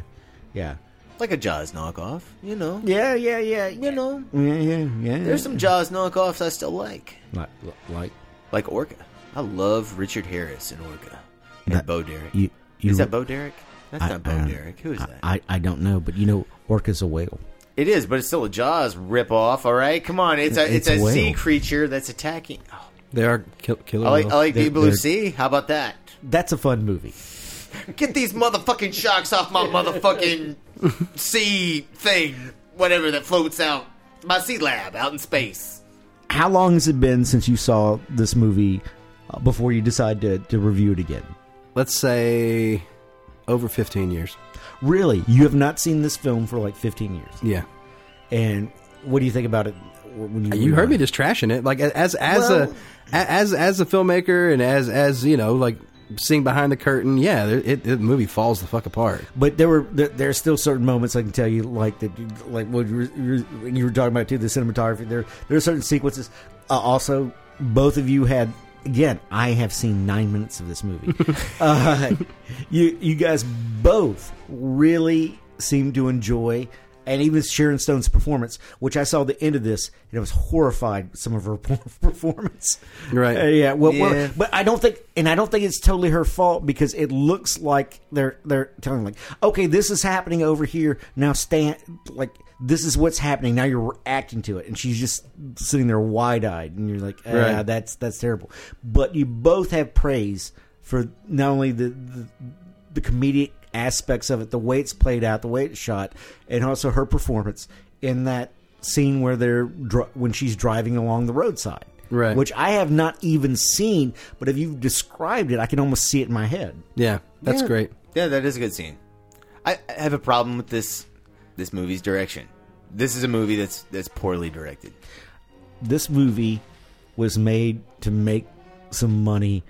yeah, like a Jaws knockoff, you know. yeah, yeah, yeah, yeah. yeah. You know, Yeah, yeah, yeah. there's some Jaws knockoffs I still like, like, like like Orca. I love Richard Harris in Orca and That- Bo Derek. you, you. is that Bo Derek? That's I- not Bo I- Derek. Who is that? I, I don't know, but you know, Orca's a whale. it is, but it's still a Jaws ripoff. All right, come on, it's a it's, It's a a sea whale. Oh, creature that's attacking. Oh, They are kill, killer. I like I whales. like They're- Deep Blue they're- Sea. How about that? That's a fun movie. Get these motherfucking sharks off my motherfucking sea thing, whatever that floats out. My sea lab out in space. How long has it been since you saw this movie uh, before you decide to, to review it again? Let's say over fifteen years. Really, you have not seen this film for like 15 years. Yeah, And what do you think about it when you you heard me just trashing it. Like as as a Well- a as as a filmmaker and as as you know, like seeing behind the curtain. Yeah, there- it, the movie falls the fuck apart. But there were there, there are still certain moments I can tell you like that you- like what you were, you were- when you were talking about too the cinematography there there are certain sequences. Uh, also, both of you had again. I have seen nine minutes of this movie. uh, you you guys both really seem to enjoy. And even Sharon Stone's performance, which I saw the end of this, and I was horrified with some of her performance. Right. Uh, yeah. Well, well, Yeah. but I don't think, and I don't think it's totally her fault because it looks like they're they're telling like, okay, this is happening over here now. Stand like this is what's happening now. You're reacting to it, and she's just sitting there wide eyed, and you're like, ah, Right. that's that's terrible. But you both have praise for not only the, the the comedic aspects of it, the way it's played out, the way it's shot, and also her performance in that scene where they're dr- when she's driving along the roadside, Right. Which I have not even seen, but if you've described it, I can almost see it in my head. Yeah, that's great. Yeah, that is a good scene. I, I have a problem with this this movie's direction. This is a movie that's that's poorly directed. This movie was made to make some money,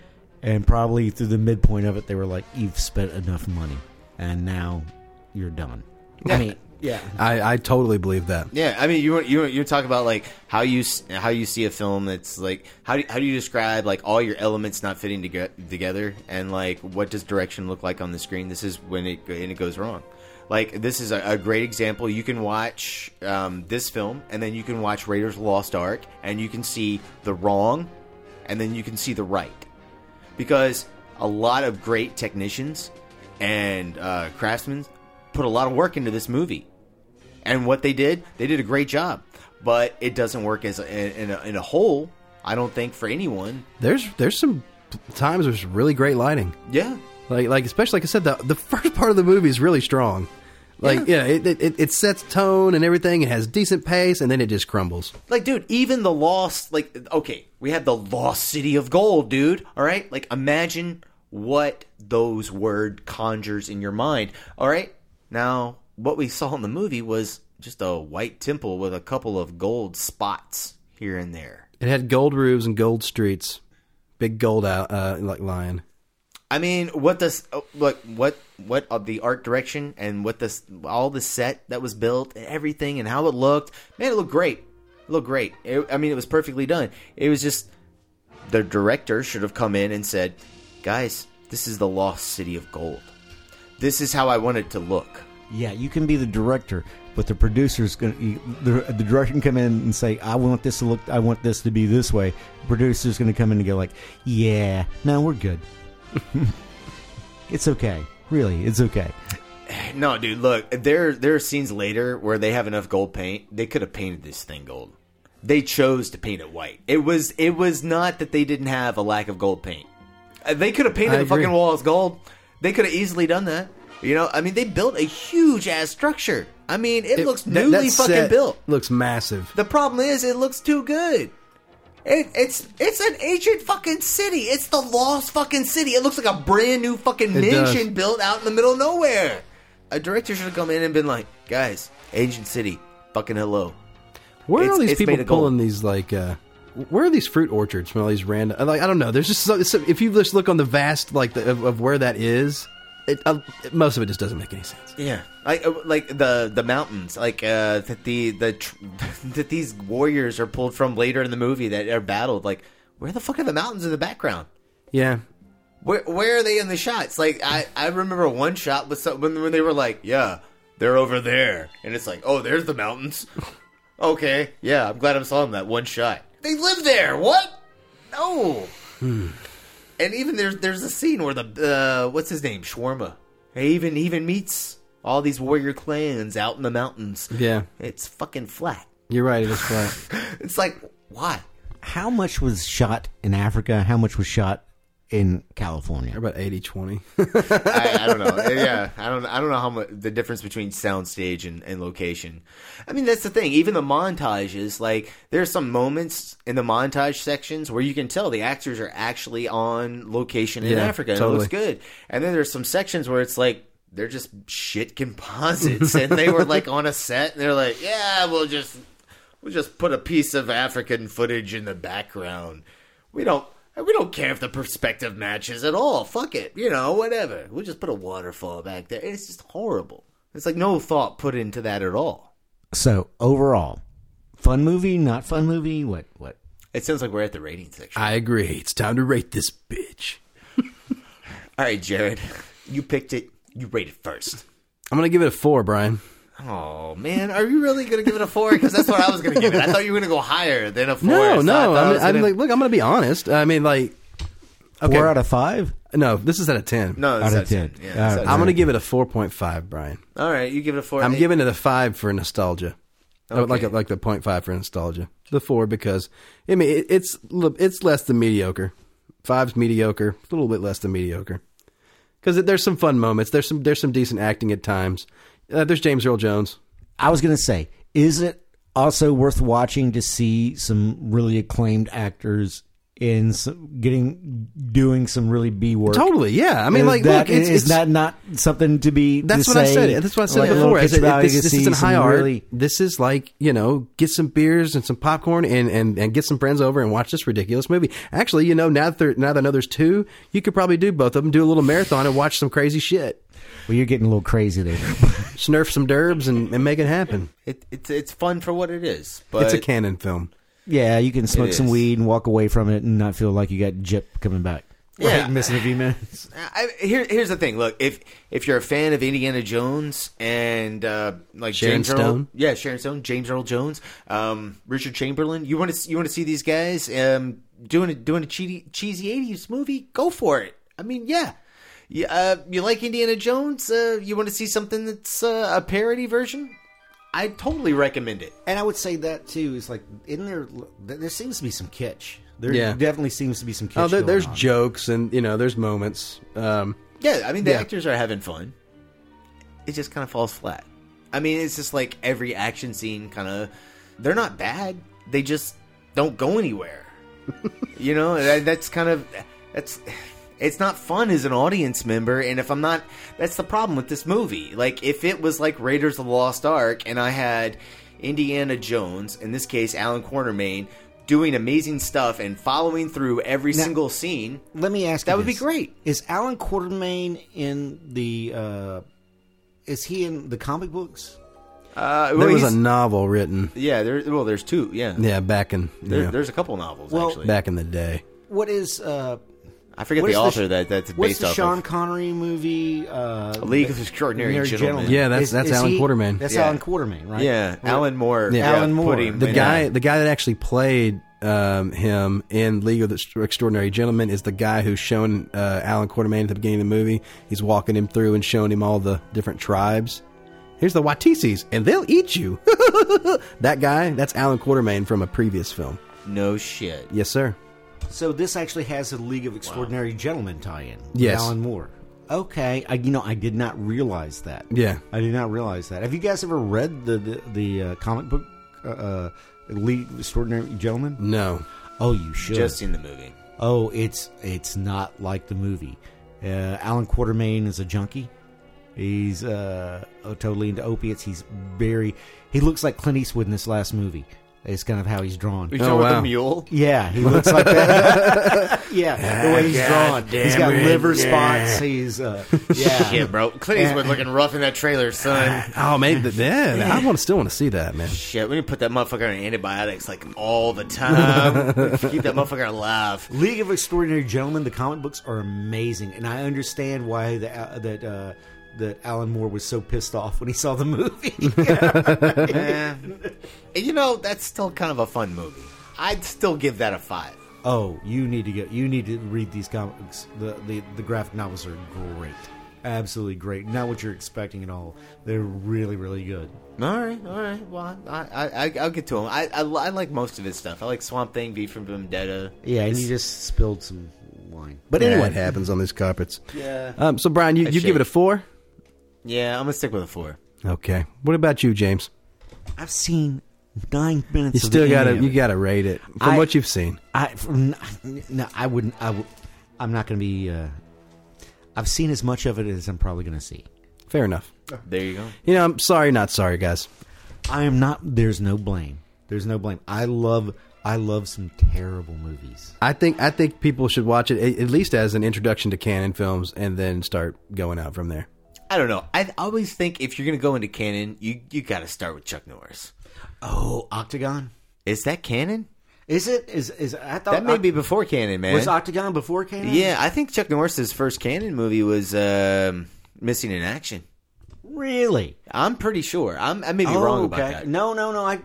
and probably through the midpoint of it, they were like, "You've spent enough money, and now you're done." I mean, yeah, I, I totally believe that. Yeah, I mean, you you you talk about like how you s- how you see a film that's like how do how do you describe like all your elements not fitting toge- together and like what does direction look like on the screen? This is when it and it goes wrong. Like this is a, a great example. You can watch um, this film and then you can watch Raiders of the Lost Ark and you can see the wrong and then you can see the right because a lot of great technicians and uh, craftsmen put a lot of work into this movie and what they did, they did a great job. But it doesn't work as a, in, a, in a whole. I don't think for anyone. There's there's some times there's really great lighting. Yeah, Like like especially like I said, the the first part of the movie is really strong. Like yeah, it, it- it it sets tone and everything. It has decent pace, and then it just crumbles. like dude, even the lost, like okay, we had the lost city of gold, dude. All right, like imagine what those word conjures in your mind. All right, now what we saw in the movie was just a white temple with a couple of gold spots here and there. It had gold roofs and gold streets, big gold out uh, like lion. I mean, what this uh, look what what of the art direction and what this all the set that was built and everything and how it looked, man, it looked great. It looked great. It, I mean, it was perfectly done. It was just the director should have come in and said, "Guys, this is the lost city of gold. This is how I want it to look." yeah. You can be the director, but the producer's gonna you- the, the director can come in and say, "I want this to look. I want this to be this way." Producer's gonna come in and go like, "Yeah, no, we're good. it's okay. Really, it's okay." No, dude, look, there there are scenes later where they have enough gold paint. They could have painted this thing gold. They chose to paint it white. It was it was not that they didn't have a lack of gold paint. Uh, They could have painted I the agree. fucking walls gold. They could have easily done that. You know, I mean, they built a huge ass structure. I mean, it, looks that- uh, newly that fucking set built. Looks massive. The problem is, it looks too good. It, it's it's an ancient fucking city. It's the lost fucking city. It looks like a brand new fucking It does. mansion built out in the middle of nowhere. A director should have come in and been like, "Guys, ancient city, fucking hello." Where It's- are these it's made people of gold. pulling these like? uh Where are these fruit orchards from? All these random. uh, Like I don't know. There's just so, so, if you just look on the vast like the, of, of where that is, it, uh, most of it just doesn't make any sense. Yeah, like uh, like the the mountains, like uh, that the the tr- that these warriors are pulled from later in the movie that are battled. Like, where the fuck are the mountains in the background? Yeah, Where where are they in the shots? Like I, I remember one shot with some, when when they were like, yeah, they're over there, and it's like, oh, there's the mountains. okay, yeah, I'm glad I'm saw them that one shot. They live there. What? No. and even there's there's a scene where the uh, what's his name Shawarma, he even even meets all these warrior clans out in the mountains. Yeah. it's fucking flat. you're right. It is flat. It's like why? How much was shot in Africa? How much was shot in California? about 80 20 I, I don't know. Yeah, I don't. I don't know how much the difference between soundstage and, and location. I mean, that's the thing. Even the montages, like there are some moments in the montage sections where you can tell the actors are actually on location in Yeah, Africa and it totally. looks good. And then there's some sections where it's like they're just shit composites, and they were like on a set, and they're like, yeah, we'll just we'll just put a piece of African footage in the background. We don't we don't care if the perspective matches at all. Fuck it, you know, whatever. We'll just put a waterfall back there. It's just horrible. It's like no thought put into that at all. So overall, fun movie, not fun movie. What? What? It sounds like we're at the rating section. i agree it's time to rate this bitch all right, Jared, you picked it. You rated first. i'm gonna give it a four brian Oh man, are you really gonna give it a four? Because that's what I was gonna give it. I thought you were gonna go higher than a four. no so I no thought I i'm, was I'm gonna- like look i'm gonna be honest i mean like okay Four out of five. no this is at a 10 no, it's out of not ten. 10. Yeah, All it's right. not i'm gonna give it a 4.5 brian ten. all right, you give it a four. i'm Hey, giving it a 5 for nostalgia I would like Okay. a, like the 0.5 for nostalgia the 4 because i mean it, it's l- it's less than mediocre 5's mediocre a little bit less than mediocre because there's some fun moments there's some there's some decent acting at times uh, there's james earl jones I was gonna say, is it also worth watching to see some really acclaimed actors in some, getting doing some really B work. Totally, yeah. I mean, Is like, that- look, it's- is it's- that not something to be? That's to what I say, said. That's what I said like, a little before. I kid's said, value this, to this see isn't high some art. really- this is like you know, get some beers and some popcorn and, and, and get some friends over and watch this ridiculous movie. Actually, you know, now that there, now that I know there's two, you could probably do both of them, do a little marathon and watch some crazy shit, well, you're getting a little crazy there. snurf some derbs and, and make it happen. It, it's it's fun for what it is, but it's a canon film. yeah, you can smoke It some is. weed and walk away from it and not feel like you got jip coming back. Yeah. Right, missing a few minutes. I, here, here's the thing. Look, if if you're a fan of Indiana Jones and uh, like Sharon James Earl- Stone? yeah, Sharon Stone, James Earl Jones, um, Richard Chamberlain, you want to you want to see these guys um, doing a, doing a cheesy, cheesy '80s movie? Go for it. I mean, yeah. You, uh, you like Indiana Jones? Uh, you want to see something that's uh, a parody version? I totally recommend it. And I would say that too is like in there. There seems to be some kitsch. There Yeah. definitely seems to be some kitsch. Oh, there, going there's on. jokes and you know, there's moments. Um, Yeah, I mean the Yeah. actors are having fun. It just kind of falls flat. I mean, it's just like every action scene kind of they're not bad. They just don't go anywhere. you know, that, that's kind of that's it's not fun as an audience member and if I'm not that's the problem with this movie. Like if it was like Raiders of the Lost Ark and I had Indiana Jones, in this case Alan Quartermain, doing amazing stuff and following through every Now- single scene, Let me ask. That you would be this. great. Is Alan Quartermain in the? Uh, is he in the comic books? uh, there was a novel written, Yeah, there. Well, there's two. Yeah, yeah, back in you There, know, There's a couple novels Well- actually. back in the day. What is? Uh, I forget what the is author sh- that that's what's based the off. Sean of. Connery movie? Uh, League of Extraordinary Gentlemen. Yeah, that's- that's Alan he- Quartermain. That's Yeah. Alan Quartermain, right? Yeah, Alan Moore. Yeah. Alan Moore. put him The in guy, a- the guy that actually played um, him in League of the Extraordinary Gentlemen is the guy who's shown uh, Alan Quartermain at the beginning of the movie. He's walking him through and showing him all the different tribes. Here's the Watisis, and they'll eat you. that guy, that's Alan Quartermain from a previous film. no shit. Yes, sir. So this actually has a League of Extraordinary Gentlemen tie-in. with Yes. Alan Moore. Okay, I, you know I did not realize that. Yeah. I did not realize that. Have you guys ever read the the, the uh, comic book uh, uh, League of Extraordinary Gentlemen? No. Oh, you should. Just seen the movie. oh, it's it's not like the movie. Uh, Alan Quartermain is a junkie. He's uh, oh, totally into opiates. He's very. He looks like Clint Eastwood in this last movie. It's kind of how he's drawn. You Oh, talking about wow. the mule? Yeah, he looks like that. yeah, the way he's drawn. He's got liver spots. He's uh, yeah. Yeah, bro. Clint Eastwood looking rough in that trailer, son. Oh, man. th- yeah, I want to still want to see that, man. Shit, we need to put that motherfucker on antibiotics like all the time. Keep that motherfucker alive. League of Extraordinary Gentlemen. The comic books are amazing, and I understand why the, that uh, that Alan Moore was so pissed off when he saw the movie. Eh. And you know that's still kind of a fun movie. I'd still give that a five. oh, you need to go. You need to read these comics. The the, the graphic novels are great, absolutely great. Not what you're expecting at all. They're really really good. All right, all right. Well, I, I, I I'll get to him. I, I, I like most of his stuff. I like Swamp Thing, V for Vendetta. Yeah, and you just spilled some wine. But anyway. it happens on these carpets. Yeah. Um, so, Brian, you, you shame. give it a four? Yeah, I'm gonna stick with a four. Okay. What about you, James? I've seen nine minutes. You of still any got to of you it. got to rate it from I- what you've seen. I from, no, I wouldn't. I would, I'm not going to be. Uh, I've seen as much of it as I'm probably going to see. Fair enough. There you go. You know, I'm sorry, not sorry, guys. I am not. There's no blame. There's no blame. I love. I love some terrible movies. I think I think people should watch it a- at least as an introduction to canon films, and then start going out from there. I don't know. I always think if you're gonna go into canon, you you gotta start with Chuck Norris. Oh, Octagon. Is that canon? Is it? Is is? I thought That may Oct- be before canon, man. Oh, uh, was Octagon before Canon. yeah, I think Chuck Norris's first canon movie was um, Missing in Action. really. I'm pretty sure. I'm, I may be Oh, wrong about okay. that, No, no, no. I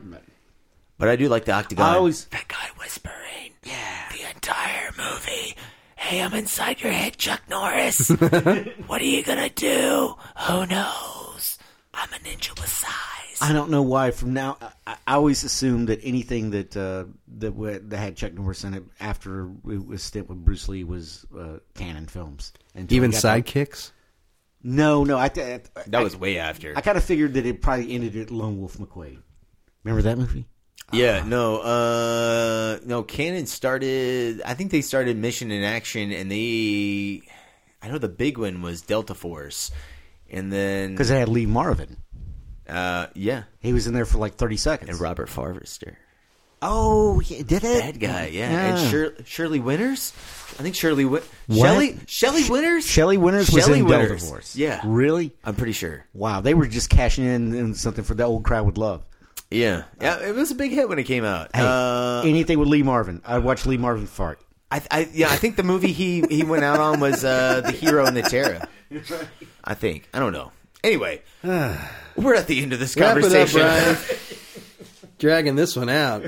but I do like the Octagon. I always- that guy whispering. Yeah, the entire movie. Hey, I'm inside your head, Chuck Norris. what are you gonna do? Who knows? I'm a ninja with size. I don't know why. From now, I, I always assumed that anything that uh, that, wa that had Chuck Norris in it after it was stint with Bruce Lee was uh, canon films. And Even sidekicks. No, no. I, th- I, That was way after. I kind of figured that it probably ended at Lone Wolf McQuade. Remember that movie? Yeah, no, uh, no. Canon started. I think they started Mission in Action, and they. I know the big one was Delta Force, and then because they had Lee Marvin. uh, yeah, He was in there for like thirty seconds. and Robert Farvester, Oh, he did it? that guy, yeah, and Yeah. Shir- Shirley Winters. I think Shirley Win- What? Shelley Shelley Winters. Shelley Winters was Shelley in Winters. Delta Force. Yeah, Really? I'm pretty sure. Wow, they were just cashing in, in something for the old crowd would love. Yeah, yeah. It was a big hit when it came out. Hey, uh, anything with Lee Marvin. I'd watch Lee Marvin fart. I, I yeah, I think the movie he he went out on was uh, the Hero and the Terra. I think I don't know. Anyway, we're at the end of this Wrap it up, conversation. Brian. Dragging this one out.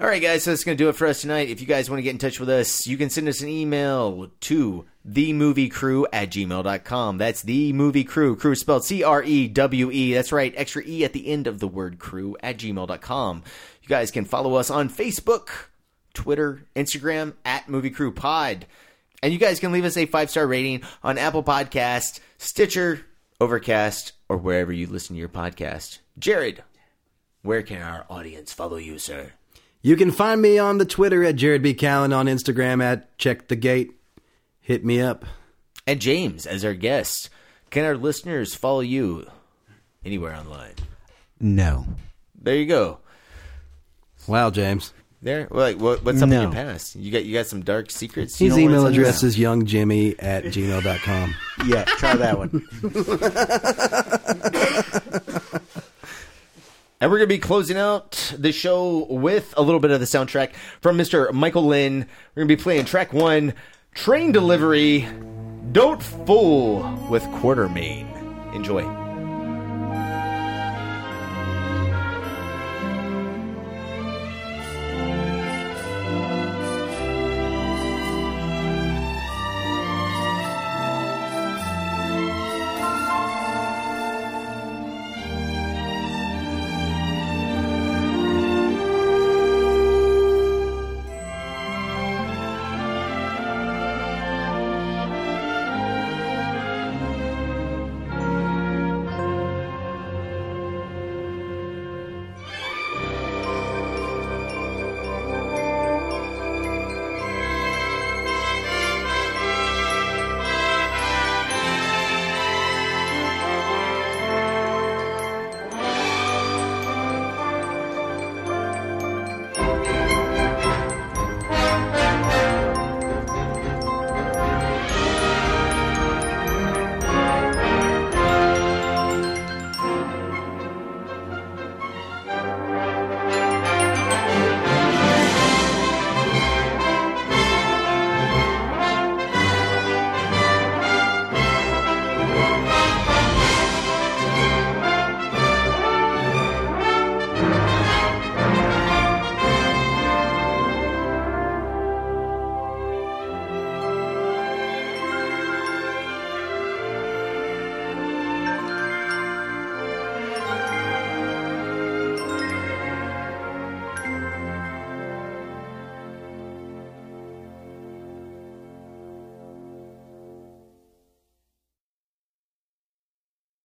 All right, guys, so that's going to do it for us tonight. If you guys want to get in touch with us, you can send us an email to themoviecrew at gmail.com. That's the movie crew. Crew is spelled C R E W E. That's right, extra E at the end of the word crew at gmail.com. You guys can follow us on Facebook, Twitter, Instagram at movie crew pod. And you guys can leave us a five star rating on Apple Podcast, Stitcher, Overcast, or wherever you listen to your podcast. Jared, where can our audience follow you, sir? You can find me on the Twitter at Jared B. Callen, on Instagram at Check the Gate. Hit me up. and James as our guest. Can our listeners follow you anywhere online? No. There you go. Wow, James. There, like, what, what's up in No. your past? You got you got some dark secrets. You His don't wanna email tell us? address is youngjimmy at gmail.com. Yeah, try that one. And we're going to be closing out the show with a little bit of the soundtrack from Mr. Michael Lynn. We're going to be playing track one, Train Delivery, Don't Fool with Quartermain. Enjoy.